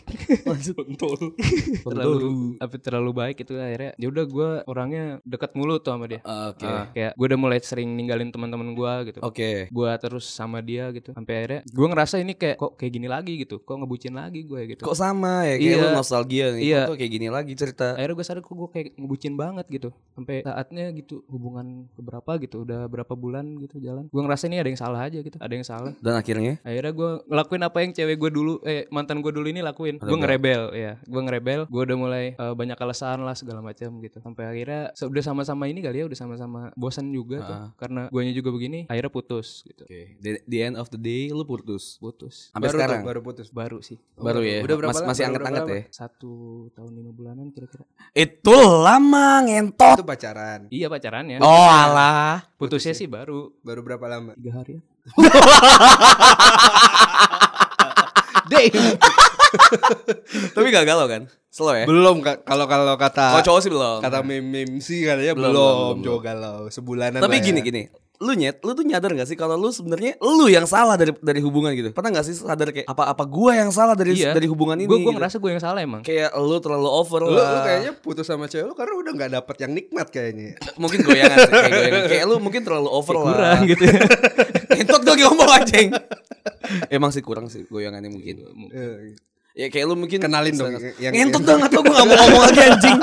Speaker 1: terlalu apa terlalu baik itu akhirnya. Ya udah gua orangnya dekat mulu tuh sama dia.
Speaker 3: Ah, Oke.
Speaker 1: Ah, kayak gue udah mulai sering ninggalin teman-teman gua gitu
Speaker 3: Oke.
Speaker 1: gue terus sama dia gitu sampai akhirnya gue ngerasa ini kayak kok kayak gini lagi gitu kok ngebucin lagi gue gitu
Speaker 3: Kok sama ya kayak
Speaker 1: Iya.
Speaker 3: lu nostalgia nih.
Speaker 1: Iya. Eh.
Speaker 3: Kok tuh kayak gini lagi cerita.
Speaker 1: akhirnya gue sadar kok gue kayak ngebucin banget gitu sampai saatnya gitu hubungan keberapa gitu udah berapa bulan gitu jalan gue ngerasa ini ada yang salah aja gitu ada yang salah
Speaker 3: Dan akhirnya
Speaker 1: akhirnya gue ngelakuin apa yang cewek gue dulu eh mantan gue dulu ini lakuin gue
Speaker 3: Rebel.
Speaker 1: ngerebel ya gue ngerebel gue udah mulai eh, banyak alasan lah segala macam gitu sampai akhirnya se- udah sama-sama ini kali ya udah sama-sama bosan juga tuh
Speaker 3: Ah.
Speaker 1: karena guanya juga begini akhirnya putus gitu
Speaker 3: Oke. The, the end of the day lu putus.
Speaker 1: putus
Speaker 3: Sampai
Speaker 4: baru
Speaker 3: sekarang.
Speaker 4: Tuh, baru putus.
Speaker 1: baru sih
Speaker 3: Baru ya.
Speaker 4: Udah berapa
Speaker 3: Mas-
Speaker 4: lama?
Speaker 3: masih
Speaker 4: Baru
Speaker 3: anget-anget
Speaker 4: berapa
Speaker 3: ya.
Speaker 1: satu tahun lima bulanan kira-kira
Speaker 3: Itu lama ngentot.
Speaker 4: Itu pacaran.
Speaker 1: iya pacarannya
Speaker 3: Oh ya? alah.
Speaker 1: putusnya sih baru
Speaker 4: Baru berapa lama?
Speaker 3: Eh.
Speaker 1: tiga hari ya
Speaker 3: Tapi gak galau kan? Slow ya?
Speaker 4: Belum Kak. kalau kalau
Speaker 3: Kalau
Speaker 4: kata
Speaker 3: Oh, cowok sih belum.
Speaker 4: kata meme sih katanya
Speaker 3: Belum,
Speaker 4: belum,
Speaker 3: belum, belum.
Speaker 4: cowok galau sebulanan.
Speaker 3: Tapi
Speaker 4: lah ya.
Speaker 3: gini gini, lu nyet, lu tuh nyadar gak sih kalau lu sebenarnya lu yang salah dari dari hubungan gitu? Pernah gak sih sadar kayak apa apa gua yang salah dari
Speaker 1: Iya.
Speaker 3: dari hubungan ini?
Speaker 1: gue gue
Speaker 3: gitu?
Speaker 1: ngerasa gue yang salah emang
Speaker 3: kayak lu terlalu over
Speaker 4: Lu,
Speaker 3: lah.
Speaker 4: lu kayaknya putus sama cewek lu karena udah nggak dapet yang nikmat kayaknya.
Speaker 3: mungkin goyangan sih, kayak goyangan. Kayak lu mungkin terlalu over lah.
Speaker 1: kurang gitu ya.
Speaker 3: Entok dong yang ngomong anjing. Emang sih kurang sih goyangannya mungkin.
Speaker 4: Eh,
Speaker 3: Ya kayak lu mungkin
Speaker 4: Kenalin dong yang-
Speaker 3: Entok dong atau gua gak mau ngomong lagi anjing.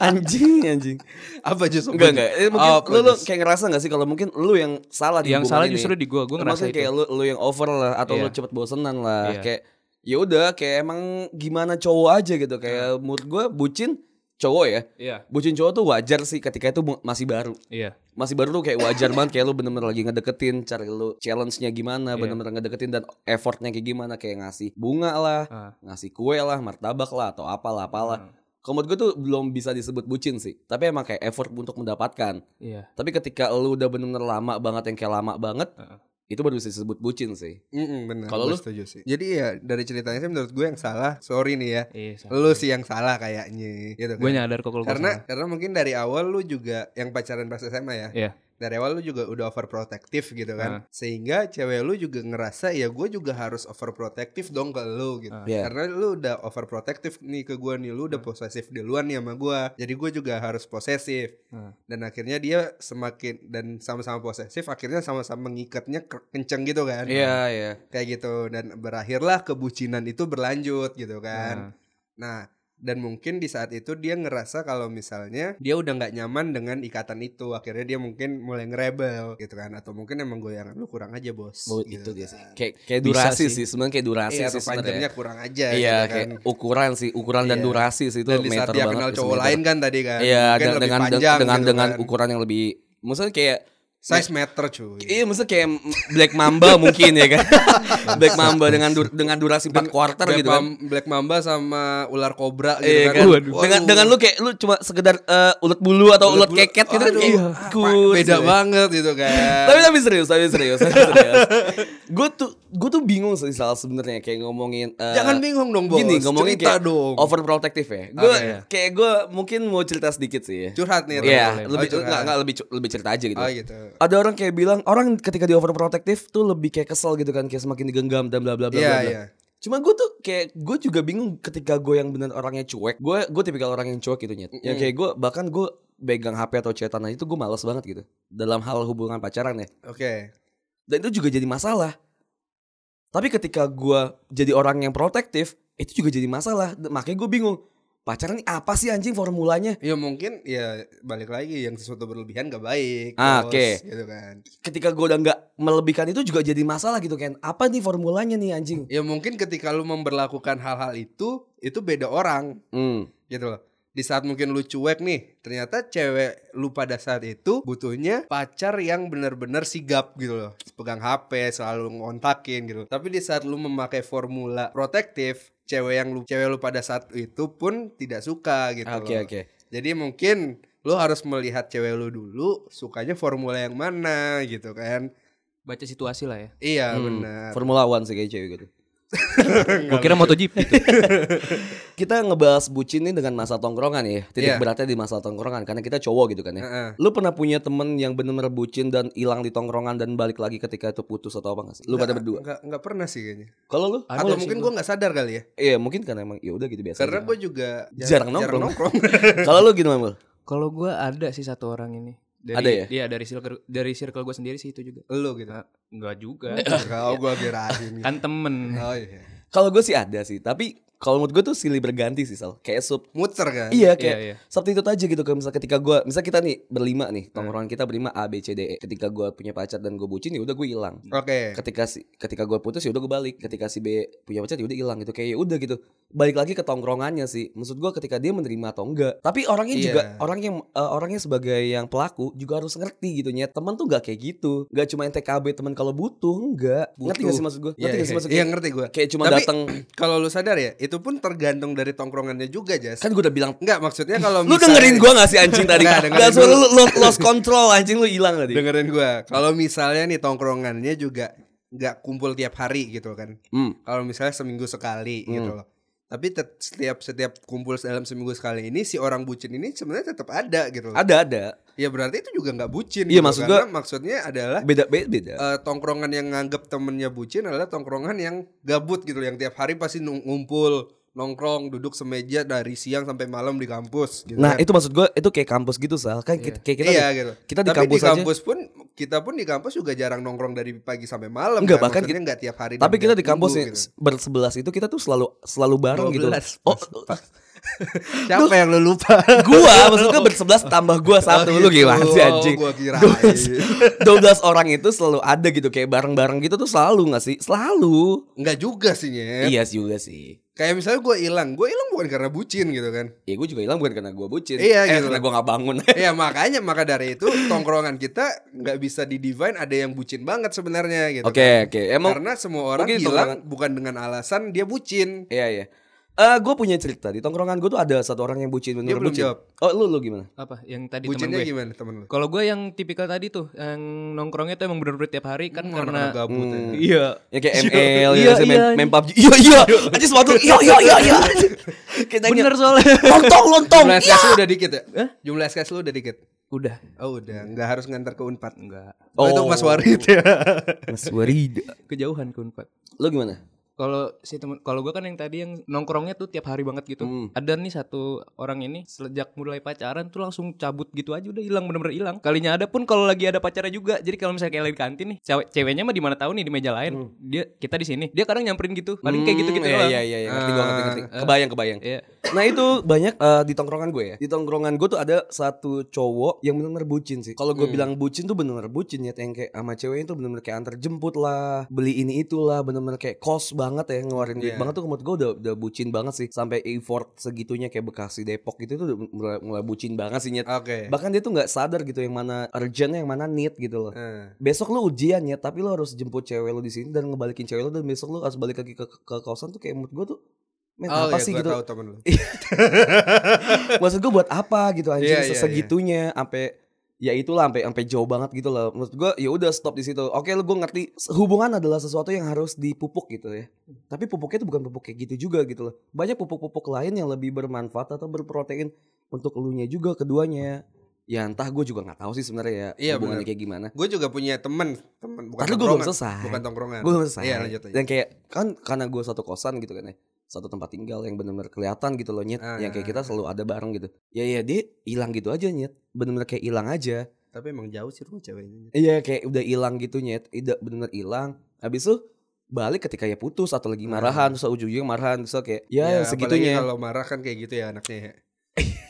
Speaker 3: anjing, anjing.
Speaker 4: apa justru
Speaker 3: Enggak enggak. Eh, mungkin
Speaker 4: Oh,
Speaker 3: lu, lu
Speaker 4: putus.
Speaker 3: kayak ngerasa gak sih kalau mungkin lu yang salah di
Speaker 1: yang
Speaker 3: hubungan
Speaker 1: salah
Speaker 3: ini?
Speaker 1: justru di gue gue ngerasa
Speaker 3: Maksudnya
Speaker 1: itu
Speaker 3: kayak lu, lu yang over lah atau lu
Speaker 1: Iya.
Speaker 3: cepet bosenan lah
Speaker 1: Iya.
Speaker 3: kayak ya udah kayak emang gimana cowok aja gitu kayak menurut gue bucin cowok ya
Speaker 1: iya
Speaker 3: bucin cowok tuh wajar sih ketika itu mu- masih baru
Speaker 1: iya
Speaker 3: masih baru tuh kayak wajar banget kayak lu bener-bener lagi ngedeketin cara lu challenge-nya gimana
Speaker 1: Iya.
Speaker 3: bener-bener ngedeketin dan effortnya kayak gimana kayak ngasih bunga lah
Speaker 1: Ah.
Speaker 3: ngasih kue lah martabak lah atau apalah apalah
Speaker 4: Ah.
Speaker 1: Hmm.
Speaker 3: Kalau menurut gue tuh belum bisa disebut bucin sih tapi emang kayak effort untuk mendapatkan
Speaker 1: iya
Speaker 3: tapi ketika lu udah bener-bener lama banget yang kayak lama banget,
Speaker 4: Ah.
Speaker 1: Heeh.
Speaker 3: itu baru bisa disebut bucin sih.
Speaker 4: Mm-mm, bener.
Speaker 3: Kalau lu?
Speaker 4: Gua setuju sih. Jadi ya dari ceritanya sih menurut gue yang salah. Sorry nih ya.
Speaker 1: iya
Speaker 4: Lu sih yang salah kayaknya gitu kan.
Speaker 1: gue nyadar kok kalau gua
Speaker 4: karena
Speaker 1: salah.
Speaker 4: karena mungkin dari awal lu juga yang pacaran pas SMA ya.
Speaker 1: Iya.
Speaker 4: dari awal lu juga udah overprotective gitu kan sehingga cewek lu juga ngerasa ya gue juga harus overprotective dong ke lu gitu
Speaker 1: Ah.
Speaker 3: Iya.
Speaker 4: karena lu udah overprotective nih ke gue nih lu udah posesif duluan nih sama gue jadi gue juga harus posesif
Speaker 1: Ah.
Speaker 4: dan akhirnya dia semakin dan sama-sama posesif akhirnya sama-sama mengikatnya ke- kenceng gitu kan
Speaker 3: Iya, iya.
Speaker 4: kayak gitu dan berakhirlah kebucinan itu berlanjut gitu kan
Speaker 1: Nah,
Speaker 4: Nah, dan mungkin di saat itu dia ngerasa kalau misalnya dia udah nggak nyaman dengan ikatan itu, akhirnya dia mungkin mulai ngerebel gitu kan, atau mungkin emang goyangan lu kurang aja bos.
Speaker 3: Oh,
Speaker 4: gitu
Speaker 3: itu dia sih.
Speaker 4: kan.
Speaker 3: Kayak kayak
Speaker 1: Bisa
Speaker 3: durasi
Speaker 1: sih.
Speaker 3: sih, sebenarnya kayak durasi
Speaker 4: Iya,
Speaker 3: sih
Speaker 4: atau panjangnya
Speaker 3: sebenarnya.
Speaker 4: kurang aja.
Speaker 3: Iya, kayak
Speaker 4: gitu kan.
Speaker 3: ukuran sih, ukuran dan
Speaker 4: Iya.
Speaker 3: durasi sih itu
Speaker 4: dan di saat
Speaker 3: meter
Speaker 4: dia
Speaker 3: banget
Speaker 4: kenal
Speaker 3: sih
Speaker 4: cowok
Speaker 3: sebenarnya.
Speaker 4: lain kan tadi kan,
Speaker 3: Iya,
Speaker 4: mungkin
Speaker 3: dengan
Speaker 4: lebih
Speaker 3: dengan
Speaker 4: panjang
Speaker 3: dengan,
Speaker 4: gitu
Speaker 3: dengan
Speaker 4: kan.
Speaker 3: ukuran yang lebih maksudnya kayak
Speaker 4: size meter cuy.
Speaker 3: Iya maksudnya kayak Black Mamba mungkin ya kan Black Mamba dengan dur- dengan durasi 4 quarter
Speaker 4: Black,
Speaker 3: gitu kan
Speaker 4: Mam- Black Mamba sama ular kobra gitu
Speaker 3: Iya kan
Speaker 4: kan.
Speaker 3: dengan, dengan lu kayak lu cuma sekedar eh, ulut bulu atau ulut,
Speaker 4: Ulut bulu.
Speaker 3: keket gitu kan
Speaker 4: Aduh,
Speaker 3: kayak
Speaker 4: Waduh,
Speaker 3: kus,
Speaker 4: beda
Speaker 3: gitu.
Speaker 4: banget gitu kan.
Speaker 3: tapi tapi serius tapi serius tapi serius gue tuh gue tuh bingung sih soal sebenarnya kayak ngomongin eh,
Speaker 4: Jangan bingung dong, Bos.
Speaker 3: gini ngomongin
Speaker 4: Cerita
Speaker 3: kayak
Speaker 4: dong.
Speaker 3: overprotective ya gue
Speaker 4: Oke.
Speaker 3: kayak gue mungkin mau cerita sedikit sih ya
Speaker 4: Curhat nih. Ren.
Speaker 3: Iya, lebih
Speaker 4: Oh, curhat.
Speaker 3: enggak enggak lebih cu- lebih cerita aja gitu.
Speaker 4: Oh, gitu.
Speaker 3: Ada orang kayak bilang orang ketika di overprotective tuh lebih kayak kesel gitu kan, kayak semakin digenggam dan bla bla bla.
Speaker 4: Iya,
Speaker 3: bla, bla.
Speaker 4: iya.
Speaker 3: Cuma gue tuh kayak gue juga bingung ketika gue yang bener orangnya cuek. Gue gue tipikal orang yang cuek gitu nyet. Ya kayak gue bahkan gue pegang HP atau chatan aja tuh gue males banget gitu. Dalam hal hubungan pacaran ya.
Speaker 4: Oke.
Speaker 3: Dan itu juga jadi masalah. Tapi ketika gue jadi orang yang protektif, itu juga jadi masalah. Makanya gue bingung. Pacaran ini apa sih anjing formulanya?
Speaker 4: Ya mungkin ya balik lagi yang sesuatu berlebihan gak baik.
Speaker 3: Ah,
Speaker 4: bos,
Speaker 3: oke.
Speaker 4: Gitu kan.
Speaker 3: ketika gue udah nggak melebihkan itu juga jadi masalah gitu kan apa nih formulanya nih anjing
Speaker 4: Ya mungkin ketika lu memperlakukan hal-hal itu itu beda orang
Speaker 3: Hmm.
Speaker 4: gitu loh. Di saat mungkin lu cuek nih, ternyata cewek lu pada saat itu butuhnya pacar yang benar-benar sigap gitu loh. Pegang HP, selalu ngontakin gitu. Tapi di saat lu memakai formula protektif, cewek yang lu cewek lu pada saat itu pun tidak suka gitu
Speaker 3: Ah, oke
Speaker 4: loh.
Speaker 3: oke
Speaker 4: Jadi mungkin lu harus melihat cewek lu dulu sukanya formula yang mana gitu kan.
Speaker 1: baca situasi lah ya
Speaker 4: Iya
Speaker 3: Hmm,
Speaker 4: benar.
Speaker 3: formula one sih kayak cewek gitu
Speaker 1: gue kira MotoGP tuh.
Speaker 3: kita ngebahas bucin nih dengan masa tongkrongan ya titik
Speaker 4: Iya.
Speaker 3: beratnya di masa tongkrongan karena kita cowok gitu kan ya
Speaker 4: Heeh.
Speaker 3: lu pernah punya temen yang bener-bener bucin dan hilang di tongkrongan dan balik lagi ketika itu putus atau apa gak sih lu pada berdua Anu
Speaker 4: Nggak, nggak pernah sih kayaknya.
Speaker 3: kalau lu
Speaker 1: Ada
Speaker 4: Atau
Speaker 1: sih
Speaker 4: mungkin
Speaker 1: gua.
Speaker 4: gue nggak sadar kali ya.
Speaker 3: iya mungkin kan emang ya udah gitu biasa
Speaker 4: Karena
Speaker 3: aja.
Speaker 4: gue juga
Speaker 3: Jarang nongkrong. kalau lu gimana Mul?
Speaker 1: kalau gue ada sih satu orang ini dari,
Speaker 3: Ada ya?
Speaker 1: Iya dari circle dari circle gue sendiri sih itu juga
Speaker 4: Lu gitu.
Speaker 1: Enggak juga
Speaker 4: Kalau gue birahin. gitu.
Speaker 1: kan temen
Speaker 4: Oh iya.
Speaker 3: kalau gue sih ada sih tapi kalau menurut gue tuh silih berganti sih sal kayak sub
Speaker 4: Muter kan.
Speaker 3: Iya
Speaker 1: Iya,
Speaker 3: kayak
Speaker 1: iya.
Speaker 3: substitute aja gitu kalau misalnya ketika gua misal kita nih berlima nih
Speaker 4: Hmm.
Speaker 3: tongkrongan kita berlima A B C D E ketika gua punya pacar dan gue bucin ya udah gue hilang
Speaker 4: Oke.
Speaker 3: ketika si ketika gue putus ya udah gue balik ketika si B punya pacar ya udah hilang gitu kayak ya udah gitu balik lagi ke tongkrongannya sih maksud gua ketika dia menerima atau enggak tapi orangnya
Speaker 4: Iya.
Speaker 3: juga orang yang eh, orangnya sebagai yang pelaku juga harus ngerti gitu nyet teman tuh nggak kayak gitu nggak cuma yang TKB teman kalau butuh enggak ngerti
Speaker 4: Butuh.
Speaker 3: gak sih maksud gue ngerti
Speaker 4: Iya,
Speaker 3: nggak sih
Speaker 4: iya.
Speaker 3: maksud
Speaker 4: Iya,
Speaker 3: gua?
Speaker 4: ngerti gue.
Speaker 3: kayak cuma
Speaker 4: Tapi-
Speaker 3: datang
Speaker 4: Kalau lu sadar ya, itu pun tergantung dari tongkrongannya juga, Jas.
Speaker 3: kan gue udah bilang
Speaker 4: Enggak, maksudnya kalau
Speaker 3: Lu
Speaker 4: misalnya-
Speaker 3: dengerin gua gak sih anjing tadi?
Speaker 4: ya. Nggak,
Speaker 3: Gak,
Speaker 4: dengerin
Speaker 3: suara
Speaker 4: gua.
Speaker 3: lu, lu lost control anjing lu hilang tadi.
Speaker 4: dengerin gue. Kalau misalnya nih tongkrongannya juga nggak kumpul tiap hari gitu kan.
Speaker 3: Hmm.
Speaker 4: kalau misalnya seminggu sekali gitu loh. Tapi tet- setiap setiap kumpul dalam seminggu sekali ini si orang bucin ini sebenarnya tetap ada gitu loh.
Speaker 3: Ada ada.
Speaker 4: Ya berarti itu juga nggak bucin.
Speaker 3: Iya,
Speaker 4: gitu.
Speaker 3: maksud
Speaker 4: Karena maksudnya adalah
Speaker 3: Beda beda. beda.
Speaker 4: eh, tongkrongan yang nganggep temennya bucin adalah tongkrongan yang gabut gitu loh, yang tiap hari pasti nung- ngumpul nongkrong duduk semeja dari siang sampai malam di kampus gitu
Speaker 3: nah
Speaker 4: kan.
Speaker 3: itu maksud gua itu kayak kampus gitu sal kan kita, kayak kita
Speaker 4: iya
Speaker 3: di-
Speaker 4: gitu.
Speaker 3: kita di
Speaker 4: Tapi
Speaker 3: kampus,
Speaker 4: di
Speaker 3: aja.
Speaker 4: kampus pun kita pun di kampus juga jarang nongkrong dari pagi sampai malam.
Speaker 3: Enggak,
Speaker 4: kan.
Speaker 3: bahkan
Speaker 4: Maksudnya nggak tiap hari.
Speaker 3: Tapi
Speaker 4: dan
Speaker 3: kita
Speaker 4: tiap
Speaker 3: di kampus ya.
Speaker 4: minggu
Speaker 3: yang
Speaker 4: gitu.
Speaker 3: se- bersebelas itu kita tuh selalu selalu bareng gitu.
Speaker 4: 12,
Speaker 3: Oh,
Speaker 4: Siapa yang lu lupa?
Speaker 3: gua maksudnya bersebelas tambah gua satu
Speaker 4: Oh,
Speaker 3: lu
Speaker 4: gitu.
Speaker 3: gimana sih anjing?
Speaker 4: Gua
Speaker 3: 12
Speaker 4: kirain.
Speaker 3: orang itu selalu ada gitu kayak bareng-bareng gitu tuh selalu gak sih? Selalu.
Speaker 4: Enggak juga sih Nyet.
Speaker 3: Iya sih juga sih.
Speaker 4: Kayak misalnya gue hilang, gue hilang bukan karena bucin gitu kan.
Speaker 3: Ya gue juga hilang bukan karena gua bucin.
Speaker 4: Iya,
Speaker 3: eh,
Speaker 4: gitu.
Speaker 3: karena gua gak bangun.
Speaker 4: Iya makanya maka dari itu tongkrongan kita nggak bisa di divine ada yang bucin banget sebenarnya gitu.
Speaker 3: Oke, oke. Emang
Speaker 4: Karena semua orang
Speaker 3: mungkin
Speaker 4: hilang bukan dengan alasan dia bucin.
Speaker 3: Iya iya. Eh gue punya cerita di tongkrongan gue tuh ada satu orang yang bucin
Speaker 4: Dia
Speaker 3: bener
Speaker 4: belum
Speaker 3: bucin.
Speaker 4: jawab.
Speaker 3: Oh lu lu gimana?
Speaker 1: apa yang tadi temen
Speaker 4: Bucinnya
Speaker 1: gue
Speaker 4: gimana temen lu?
Speaker 1: kalau gue yang tipikal tadi tuh yang nongkrongnya tuh emang bener-bener tiap hari kan
Speaker 4: Anak-anak
Speaker 1: karena
Speaker 4: gabut ya.
Speaker 1: iya
Speaker 3: Ya kayak ML,
Speaker 1: Iya,
Speaker 3: ya, sih, main,
Speaker 1: iya,
Speaker 3: main PUBG. Iya iya. Aja sepatu. Iya iya iya iya. Kayak nanya,
Speaker 1: bener soalnya
Speaker 3: Lontong lontong.
Speaker 4: Jumlah SKS
Speaker 3: Iya.
Speaker 4: lu udah dikit ya? Jumlah SKS lu udah dikit.
Speaker 1: Udah.
Speaker 4: Oh udah, nggak harus ngantar ke Unpad.
Speaker 1: Enggak.
Speaker 4: Oh, itu Mas Warid ya.
Speaker 3: Mas Warida.
Speaker 1: Kejauhan ke Unpad.
Speaker 3: Lu gimana?
Speaker 1: Kalau si temen, kalau gua kan yang tadi yang nongkrongnya tuh tiap hari banget gitu.
Speaker 3: Hmm.
Speaker 1: Ada nih satu orang ini sejak mulai pacaran tuh langsung cabut gitu aja udah hilang bener-bener hilang. Kalinya ada pun kalau lagi ada pacarnya juga. Jadi kalau misalnya kayak lagi di kantin nih, cewek ceweknya mah di mana tahu nih di meja lain. Dia kita di sini. Dia kadang nyamperin gitu. Paling kayak gitu-gitu
Speaker 3: ya
Speaker 1: doang.
Speaker 3: Hmm.
Speaker 1: Nah,
Speaker 3: Iya iya iya, ngerti gua ngerti ngerti. Kebayang kebayang.
Speaker 1: Iya.
Speaker 3: Nah itu banyak eh, di tongkrongan gue ya Di tongkrongan gue tuh ada satu cowok yang bener-bener bucin sih Kalau
Speaker 1: Hmm.
Speaker 3: gue bilang bucin tuh bener-bener bucin ya Yang kayak sama ceweknya tuh bener-bener kayak antar jemput lah Beli ini itulah bener-bener kayak kos banget ya Ngeluarin duit
Speaker 4: Iya.
Speaker 3: banget tuh menurut gue udah, udah bucin banget sih Sampai effort segitunya kayak Bekasi Depok gitu tuh udah mulai, mulai bucin banget sih Nyet
Speaker 4: Oke.
Speaker 3: Bahkan dia tuh gak sadar gitu yang mana urgent yang mana need gitu loh
Speaker 4: Eh,
Speaker 3: Besok lu ujian ya, tapi lu harus jemput cewek lu di sini dan ngebalikin cewek lu dan besok lu harus balik lagi ke, ke, ke kosan tuh kayak menurut gue tuh Men,
Speaker 4: Oh,
Speaker 3: apa
Speaker 4: iya,
Speaker 3: sih
Speaker 4: gua
Speaker 3: gitu
Speaker 4: tahu temen lu.
Speaker 3: maksud gue buat apa gitu anjing
Speaker 4: Iya, iya,
Speaker 3: sesegitunya sampai ya itulah sampai sampai jauh banget gitu loh maksud gue ya udah stop di situ oke lu gue ngerti s- hubungan adalah sesuatu yang harus dipupuk gitu ya tapi pupuknya itu bukan pupuk kayak gitu juga gitu loh banyak pupuk-pupuk lain yang lebih bermanfaat atau berprotein untuk elunya juga keduanya ya entah gue juga nggak tahu sih sebenarnya ya
Speaker 4: Iya,
Speaker 3: hubungannya
Speaker 4: bener.
Speaker 3: kayak gimana
Speaker 4: Gue juga punya temen, temen bukan
Speaker 3: tapi gue belum
Speaker 4: tongkrongan.
Speaker 3: selesai
Speaker 4: Bukan tongkrongan.
Speaker 3: gue belum selesai
Speaker 4: Iya, lanjut aja.
Speaker 3: dan kayak kan karena gue satu kosan gitu kan ya satu tempat tinggal yang benar-benar kelihatan gitu loh nyet
Speaker 4: Ah.
Speaker 3: yang kayak kita selalu ada bareng gitu ya ya dia hilang gitu aja nyet benar-benar kayak hilang aja
Speaker 4: Tapi emang jauh sih rumah ceweknya.
Speaker 3: iya kayak udah hilang gitu nyet udah benar-benar hilang habis itu balik ketika ya putus atau lagi marahan terus ujung-ujungnya marahan terus kayak ya,
Speaker 4: Ah. apalagi
Speaker 3: segitunya
Speaker 4: Kalau marah kan kayak gitu ya anaknya. ya.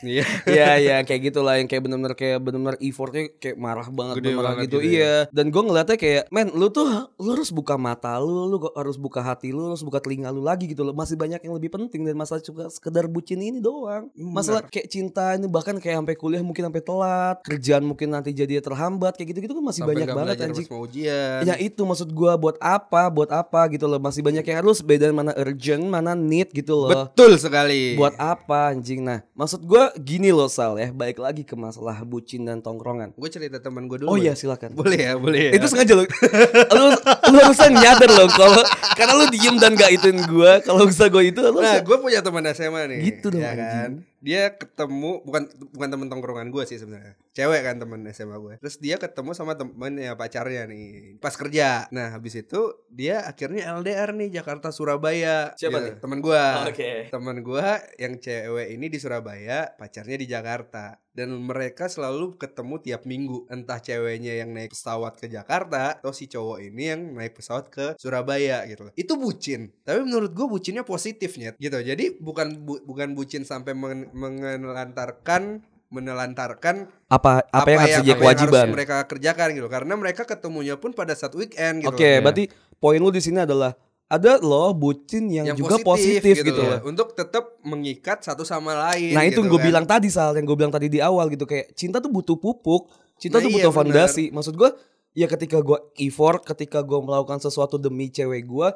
Speaker 4: Iya.
Speaker 3: Iya ya kayak gitulah yang kayak benar-benar kayak benar-benar effortnya kayak marah banget
Speaker 4: Gede
Speaker 3: marah
Speaker 4: banget
Speaker 3: gitu,
Speaker 4: gitu ya.
Speaker 3: iya dan gue ngeliatnya kayak men lu tuh lu harus buka mata lu lu harus buka hati lu lu harus buka telinga lu lagi gitu loh masih banyak yang lebih penting dan masalah juga sekedar bucin ini doang
Speaker 4: Iya.
Speaker 3: masalah kayak cinta ini bahkan kayak sampai kuliah mungkin sampai telat kerjaan mungkin nanti jadi terhambat kayak gitu gitu kan masih
Speaker 4: Sampai
Speaker 3: banyak
Speaker 4: nggak
Speaker 3: banget
Speaker 4: belajar
Speaker 3: anjing
Speaker 4: pas mau ujian.
Speaker 3: Ya itu maksud gua buat apa, buat apa gitu loh. Masih banyak yang harus bedain mana urgent, mana need gitu loh
Speaker 4: Betul sekali.
Speaker 3: buat apa anjing nah maksud gua gini loh Sal ya balik lagi ke masalah bucin dan tongkrongan
Speaker 4: Gue cerita teman gue dulu.
Speaker 3: oh iya
Speaker 4: ya
Speaker 3: silakan
Speaker 4: Boleh ya, boleh ya.
Speaker 3: itu sengaja lo lu lu harusnya nyadar loh kalau karena lu diem dan gak ituin gua kalau bisa gua itu lu
Speaker 4: Nah,
Speaker 3: harusnya-
Speaker 4: gue punya teman SMA nih.
Speaker 3: Gitu dong,
Speaker 4: ya kan. Dia ketemu bukan bukan teman tongkrongan gue sih sebenarnya. Cewek kan teman SMA gue. Terus dia ketemu sama temennya pacarnya nih pas kerja. Nah, habis itu dia akhirnya LDR nih Jakarta Surabaya.
Speaker 3: Siapa
Speaker 4: Ya,
Speaker 3: nih? Oh,
Speaker 4: Teman gue.
Speaker 3: oke
Speaker 4: Teman gue yang cewek ini di Surabaya, pacarnya di Jakarta. Dan mereka selalu ketemu tiap minggu. Entah ceweknya yang naik pesawat ke Jakarta atau si cowok ini yang naik pesawat ke Surabaya gitu loh. Itu bucin. Tapi menurut gue bucinnya positifnya gitu. Jadi bukan bu- bukan bucin sampai men- mengelantarkan menelantarkan
Speaker 3: apa apa yang harus jadi
Speaker 4: apa
Speaker 3: kewajiban
Speaker 4: harus mereka kerjakan gitu karena mereka ketemunya pun pada saat weekend gitu
Speaker 3: oke berarti poin lu di sini adalah ada loh bucin yang, juga positif, gitu, loh
Speaker 4: untuk tetap mengikat satu sama lain
Speaker 3: Nah itu
Speaker 4: gitu
Speaker 3: gue
Speaker 4: kan.
Speaker 3: bilang tadi Sal Yang gue bilang tadi di awal gitu Kayak cinta tuh butuh pupuk Cinta tuh
Speaker 4: Nah, iya,
Speaker 3: butuh
Speaker 4: benar.
Speaker 3: fondasi Maksud gue Ya ketika gue effort Ketika gue melakukan sesuatu demi cewek gue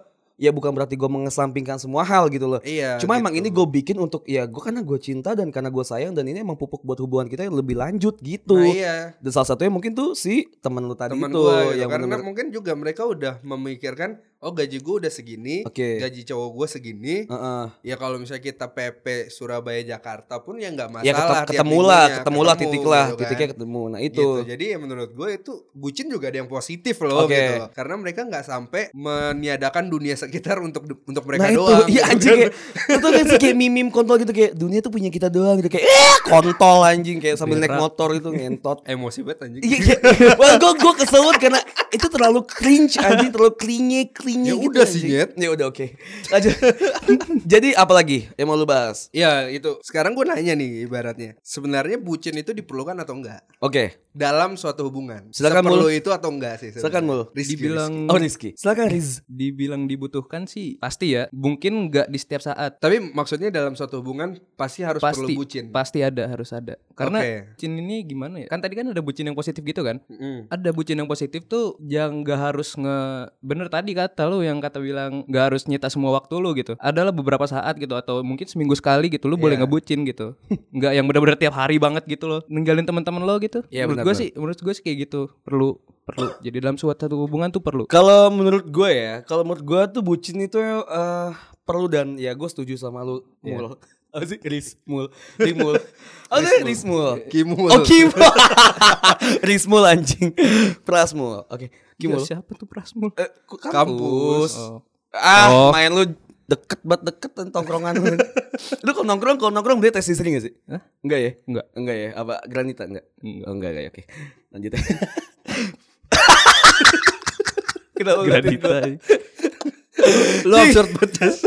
Speaker 3: Ya bukan berarti gue mengesampingkan semua hal gitu loh
Speaker 4: iya
Speaker 3: Cuma emang
Speaker 4: gitu.
Speaker 3: ini gue bikin untuk Ya gue karena gue cinta dan karena gue sayang Dan ini emang pupuk buat hubungan kita yang lebih lanjut gitu
Speaker 4: Nah, iya
Speaker 3: Dan salah satunya mungkin tuh si temen lu tadi
Speaker 4: teman
Speaker 3: itu
Speaker 4: gue gitu.
Speaker 3: Yang
Speaker 4: karena
Speaker 3: bener
Speaker 4: mungkin juga mereka udah memikirkan oh gaji gue udah segini
Speaker 3: Oke
Speaker 4: gaji cowok gue segini
Speaker 3: Heeh.
Speaker 4: ya kalau misalnya kita PP Surabaya Jakarta pun ya nggak masalah
Speaker 3: Ya
Speaker 4: tiap
Speaker 3: ketemu ketemulah
Speaker 4: minggunya,
Speaker 3: Ketemulah
Speaker 4: ketemu,
Speaker 3: titik lah
Speaker 4: gitu kan.
Speaker 3: Titiknya ketemu Nah itu
Speaker 4: Gitu. Jadi ya menurut gue itu bucin juga ada yang positif loh
Speaker 3: Oke.
Speaker 4: gitu loh. Karena mereka nggak sampai meniadakan dunia sekitar untuk untuk mereka
Speaker 3: nah
Speaker 4: doang.
Speaker 3: itu, iya
Speaker 4: gitu
Speaker 3: anjing
Speaker 4: kan.
Speaker 3: kayak itu kan sih kayak mimim kontol gitu kayak dunia tuh punya kita doang gitu kayak eh kontol anjing kayak sambil naik
Speaker 1: Berak.
Speaker 3: motor gitu ngentot.
Speaker 4: emosi banget anjing.
Speaker 3: Iya iya. Wah gue gue kesel banget karena itu terlalu cringe anjing terlalu klinye klinye.
Speaker 4: Ya
Speaker 3: gitu,
Speaker 4: udah sih,
Speaker 3: anjing.
Speaker 4: Nyet.
Speaker 3: Ya udah oke. Lanjut. Jadi apalagi yang mau lu bahas?
Speaker 4: Iya itu. Sekarang gue nanya nih ibaratnya. Sebenarnya bucin itu diperlukan atau enggak?
Speaker 3: Oke,
Speaker 4: Dalam suatu hubungan.
Speaker 3: Silakan,
Speaker 4: Perlu
Speaker 3: Mul.
Speaker 4: itu atau enggak sih?
Speaker 3: silakan mulu.
Speaker 4: Rizky,
Speaker 1: Dibilang
Speaker 3: Oh Rizky, silakan Riz.
Speaker 1: dibilang dibutuhkan sih pasti ya. Mungkin nggak di setiap saat.
Speaker 4: Tapi maksudnya dalam suatu hubungan pasti harus
Speaker 1: Pasti.
Speaker 4: perlu bucin.
Speaker 1: Pasti ada harus ada. Karena
Speaker 4: Oke.
Speaker 1: bucin ini gimana ya? Kan tadi kan ada bucin yang positif gitu kan?
Speaker 4: Mm.
Speaker 1: ada bucin yang positif tuh yang gak harus nge bener tadi kata lu yang kata bilang gak harus nyita semua waktu lu gitu adalah beberapa saat gitu atau mungkin seminggu sekali gitu lu boleh
Speaker 4: Iya.
Speaker 1: ngebucin gitu nggak yang bener-bener tiap hari banget gitu loh ninggalin teman-teman lo gitu
Speaker 3: Iya,
Speaker 1: menurut
Speaker 3: benar,
Speaker 1: gue
Speaker 3: benar.
Speaker 1: sih menurut gue sih kayak gitu perlu perlu jadi dalam suatu satu hubungan tuh perlu
Speaker 3: Kalau menurut gue ya, kalau menurut gue tuh bucin itu eh, perlu dan ya gue setuju sama lu. Mul. Apa sih? Rismul. Rismul. Apa sih? Rismul.
Speaker 4: Kimul.
Speaker 3: Oh Kimul. Rismul anjing. Prasmul. Oke. Kimul.
Speaker 1: Gila, Iya, siapa tuh Prasmul?
Speaker 3: Eh, ku- kampus.
Speaker 4: Kampus.
Speaker 1: Oh.
Speaker 3: Ah,
Speaker 1: Oh.
Speaker 3: main lu deket banget deket dan tongkrongan lu. lu kalau nongkrong, kalau nongkrong beli tes istri gak sih?
Speaker 1: Hah?
Speaker 3: Enggak ya?
Speaker 1: Enggak.
Speaker 3: Enggak ya? Apa granita enggak?
Speaker 1: Enggak.
Speaker 3: Oh, enggak, enggak, oke. Lanjut. ya. Kenapa
Speaker 1: Gradita.
Speaker 3: Lu absurd banget. Jas.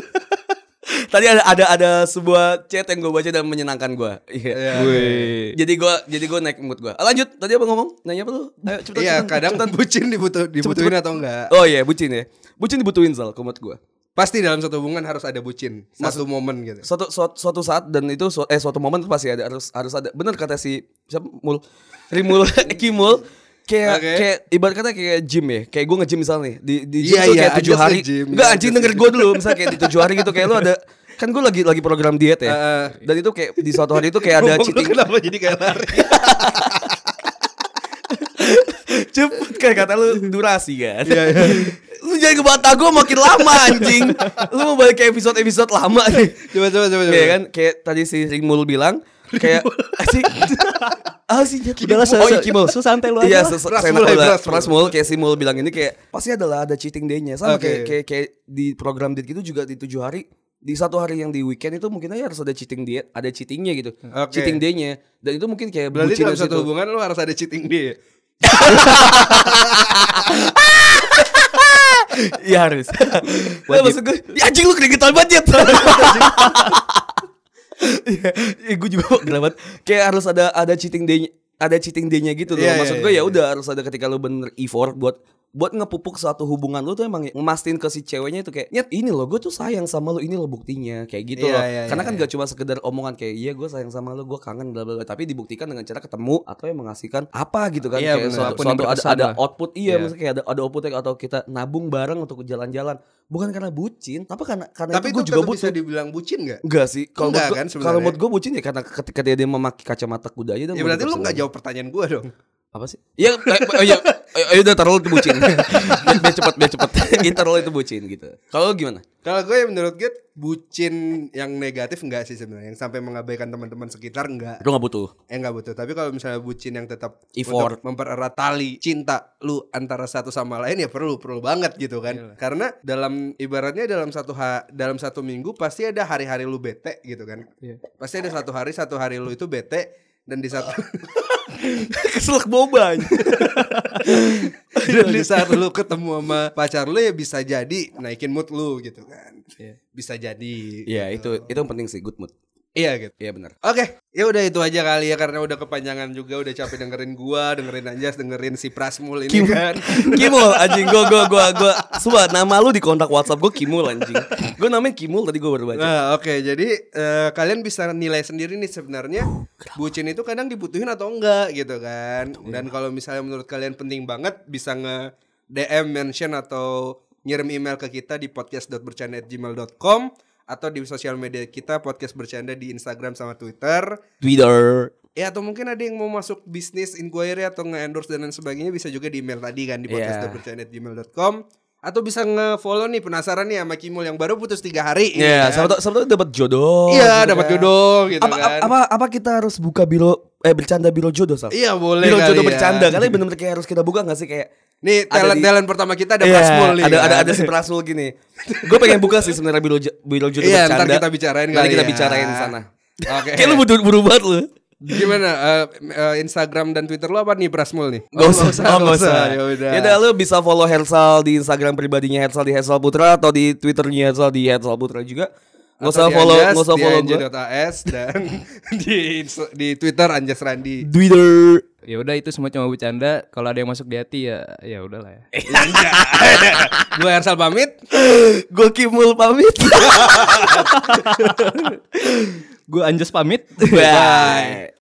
Speaker 3: Tadi ada ada ada sebuah chat yang gue baca dan menyenangkan gue. Iya.
Speaker 1: Wih.
Speaker 3: Jadi gue jadi gue naik mood gue. Lanjut, tadi apa ngomong? Nanya apa lu? Ayo cepetan.
Speaker 4: Iya
Speaker 3: cepetan,
Speaker 4: kadang
Speaker 3: cepetan.
Speaker 4: bucin dibutuh, dibutuhin atau enggak
Speaker 3: Oh iya, bucin ya. Bucin dibutuhin sal, komod gue.
Speaker 4: Pasti dalam satu hubungan harus ada bucin Satu momen gitu
Speaker 3: Suatu, suatu suatu saat dan itu su- eh suatu momen pasti ada harus harus ada. Bener kata si siapa Mul Rimul Kimul kayak
Speaker 4: Oke.
Speaker 3: kayak ibarat kata kayak gym ya. Kayak gue nge-gym misalnya nih. Di di gym
Speaker 4: Iya,
Speaker 3: tuh
Speaker 4: iya,
Speaker 3: kayak tujuh
Speaker 4: Anjas
Speaker 3: hari.
Speaker 4: nge-gym,
Speaker 3: Enggak
Speaker 4: iya,
Speaker 3: anjing
Speaker 4: Anjas
Speaker 3: denger gue dulu misalnya kayak di tujuh hari gitu kayak lu ada kan gue lagi lagi program diet ya.
Speaker 4: Heeh.
Speaker 3: dan itu kayak di suatu hari itu kayak ada
Speaker 4: Ngomong lu
Speaker 3: cheating
Speaker 4: Kenapa jadi kayak lari
Speaker 3: Cepet kan kata lu durasi kan Lu jangan ngebantah gue makin lama anjing Lu mau balik ke episode-episode lama nih
Speaker 4: Coba coba coba coba
Speaker 3: Iya kan kayak tadi si Rimul bilang Kayak asik Ah sih Jat,
Speaker 1: Udahlah, se-
Speaker 3: Oh iya
Speaker 1: se-
Speaker 3: Kimul
Speaker 1: sesantai lu aja
Speaker 3: Iya
Speaker 1: lah.
Speaker 3: ses-
Speaker 4: Pras
Speaker 3: seenak
Speaker 4: mulai,
Speaker 3: lu lah.
Speaker 4: pras
Speaker 3: Pras mul Kayak si Mul bilang ini kayak Pasti adalah ada cheating day-nya Sama
Speaker 4: Oke.
Speaker 3: kayak, kayak, kayak di program diet gitu juga di tujuh hari di satu hari yang di weekend itu mungkin aja harus ada cheating diet, ada cheatingnya gitu,
Speaker 4: Oke.
Speaker 3: cheating day-nya, dan itu mungkin kayak bucin
Speaker 4: Berarti
Speaker 3: di
Speaker 4: dalam satu
Speaker 3: situ. Nah,
Speaker 4: hubungan lu harus ada cheating dia
Speaker 3: Iya harus.
Speaker 4: Iya,
Speaker 3: Nah, maksud gue, ya anjing lu keringetan banget ya. Iya, ya, gue juga gelabat. Kayak harus ada ada cheating day ada cheating day-nya gitu loh.
Speaker 4: Iya, iya,
Speaker 3: maksud gue
Speaker 4: iya,
Speaker 3: ya udah harus ada ketika lu bener effort buat buat ngepupuk suatu hubungan lu tuh emang ngemastiin ke si ceweknya itu kayak nyet ini loh gue tuh sayang sama lu ini loh buktinya kayak gitu
Speaker 4: Iya,
Speaker 3: loh
Speaker 4: iya,
Speaker 3: karena
Speaker 4: iya,
Speaker 3: kan
Speaker 4: iya.
Speaker 3: gak cuma sekedar omongan kayak iya gue sayang sama lu gue kangen bla bla bla tapi dibuktikan dengan cara ketemu atau yang mengasihkan apa gitu kan
Speaker 4: Iya,
Speaker 3: kayak
Speaker 4: bener.
Speaker 3: suatu,
Speaker 1: Apapun yang
Speaker 3: suatu ada
Speaker 1: berkesan
Speaker 3: ada
Speaker 1: lah.
Speaker 3: output iya
Speaker 1: Iya.
Speaker 3: maksudnya kayak ada ada output atau kita nabung bareng untuk jalan-jalan bukan karena bucin tapi karena karena
Speaker 4: Tapi
Speaker 3: itu
Speaker 4: itu
Speaker 3: gue juga
Speaker 4: tetap bisa
Speaker 3: butuh
Speaker 4: dibilang bucin gak?
Speaker 3: enggak sih kalau
Speaker 4: Enggak
Speaker 3: menurut gua-
Speaker 4: kan sebenarnya.
Speaker 3: kalau menurut gue bucin ya karena ketika dia, dia memakai kacamata kuda aja dan
Speaker 4: Ya berarti
Speaker 3: menutup
Speaker 4: lu gak
Speaker 3: semuanya.
Speaker 4: jawab pertanyaan gua dong
Speaker 3: apa sih iya eh, eh, iya ayo, ayo udah taruh lu itu bucin biar, biar cepet biar cepet Iya, taruh lu itu bucin gitu kalau lu gimana
Speaker 4: Kalau gue menurut gue bucin yang negatif enggak sih sebenarnya yang sampai mengabaikan teman-teman sekitar enggak.
Speaker 3: lu nggak butuh
Speaker 4: Eh enggak butuh. Tapi kalau misalnya bucin yang tetap
Speaker 3: Effort.
Speaker 4: untuk mempererat tali cinta lu antara satu sama lain ya perlu perlu banget gitu kan. Karena dalam ibaratnya dalam satu ha- dalam satu minggu pasti ada hari-hari lu bete gitu kan.
Speaker 1: Iya.
Speaker 4: Pasti ada satu hari satu hari lu itu bete dan di satu
Speaker 3: keselak boba
Speaker 4: dan di saat lu ketemu sama pacar lu ya bisa jadi naikin mood lu gitu kan.
Speaker 1: Iya.
Speaker 4: Bisa jadi.
Speaker 3: iya itu itu yang penting sih good mood
Speaker 4: Iya gitu.
Speaker 3: iya benar
Speaker 4: Oke, ya udah itu aja kali ya karena udah kepanjangan juga, udah capek dengerin gua, dengerin Anjas, dengerin si Prasmul ini kan.
Speaker 3: Kimul anjing gue gue gue gue Sumpah nama lu di kontak WhatsApp gue Kimul anjing Gue namanya Kimul tadi gue baru baca
Speaker 4: Nah, oke, jadi eh, kalian bisa nilai sendiri nih sebenarnya bucin itu kadang dibutuhin atau enggak gitu kan.
Speaker 3: ya.
Speaker 4: Dan kalau misalnya menurut kalian penting banget bisa nge DM mention atau ngirim email ke kita di podcast.bercanda@gmail.com atau di sosial media kita podcast bercanda di Instagram sama Twitter.
Speaker 3: Twitter
Speaker 4: Ya atau mungkin ada yang mau masuk bisnis inquiry atau nge-endorse dan lain sebagainya bisa juga di email tadi kan di
Speaker 3: Iya.
Speaker 4: podcast.bercanda@gmail.com atau bisa nge-follow nih penasaran nih sama Kimul yang baru putus tiga hari. ini
Speaker 3: Iya
Speaker 4: kan.
Speaker 3: siapa tau siapa tau dapat jodoh
Speaker 4: Iya,
Speaker 3: gitu
Speaker 4: dapat
Speaker 3: kan.
Speaker 4: jodoh gitu
Speaker 3: apa,
Speaker 4: kan.
Speaker 3: apa, apa, apa kita harus buka biro Eh bercanda biro jodoh Sal
Speaker 4: Iya, boleh
Speaker 3: Biro
Speaker 4: kali
Speaker 3: jodoh
Speaker 4: ya.
Speaker 3: bercanda Karena bener-bener kayak harus kita buka gak sih kayak
Speaker 4: Nih
Speaker 3: ada di-
Speaker 4: talent-talent pertama kita ada
Speaker 3: Iya,
Speaker 4: Prasmul nih.
Speaker 3: ada,
Speaker 4: kan.
Speaker 3: ada, ada si Prasmul gini Gue pengen buka sih sebenarnya biro, jo- biro jodoh
Speaker 4: Iya,
Speaker 3: bercanda
Speaker 4: ntar kita bicarain
Speaker 3: Nanti
Speaker 4: kali
Speaker 3: kita
Speaker 4: ya.
Speaker 3: bicarain di sana
Speaker 4: Oke. Oh,
Speaker 3: Kayak lu buru buru banget lu
Speaker 4: Gimana eh, eh, Instagram dan Twitter lu apa nih Prasmul nih?
Speaker 3: Gak usah, oh,
Speaker 4: nggak
Speaker 3: gak usah.
Speaker 4: Ya udah.
Speaker 3: Ya udah, lu bisa follow Hersal di Instagram pribadinya Hersal di Hersal Putra atau di Twitternya Hersal di Hersal Putra juga. Gak usah follow, gak usah follow gue.
Speaker 4: AS dan di di Twitter Anjas Randi.
Speaker 3: Twitter.
Speaker 1: Ya udah itu semua cuma bercanda. Kalau ada yang masuk di hati ya ya udahlah ya.
Speaker 4: Gue Iya. Ersal pamit.
Speaker 3: Gue Kimul pamit.
Speaker 1: Gue Anjas pamit.
Speaker 3: Bye.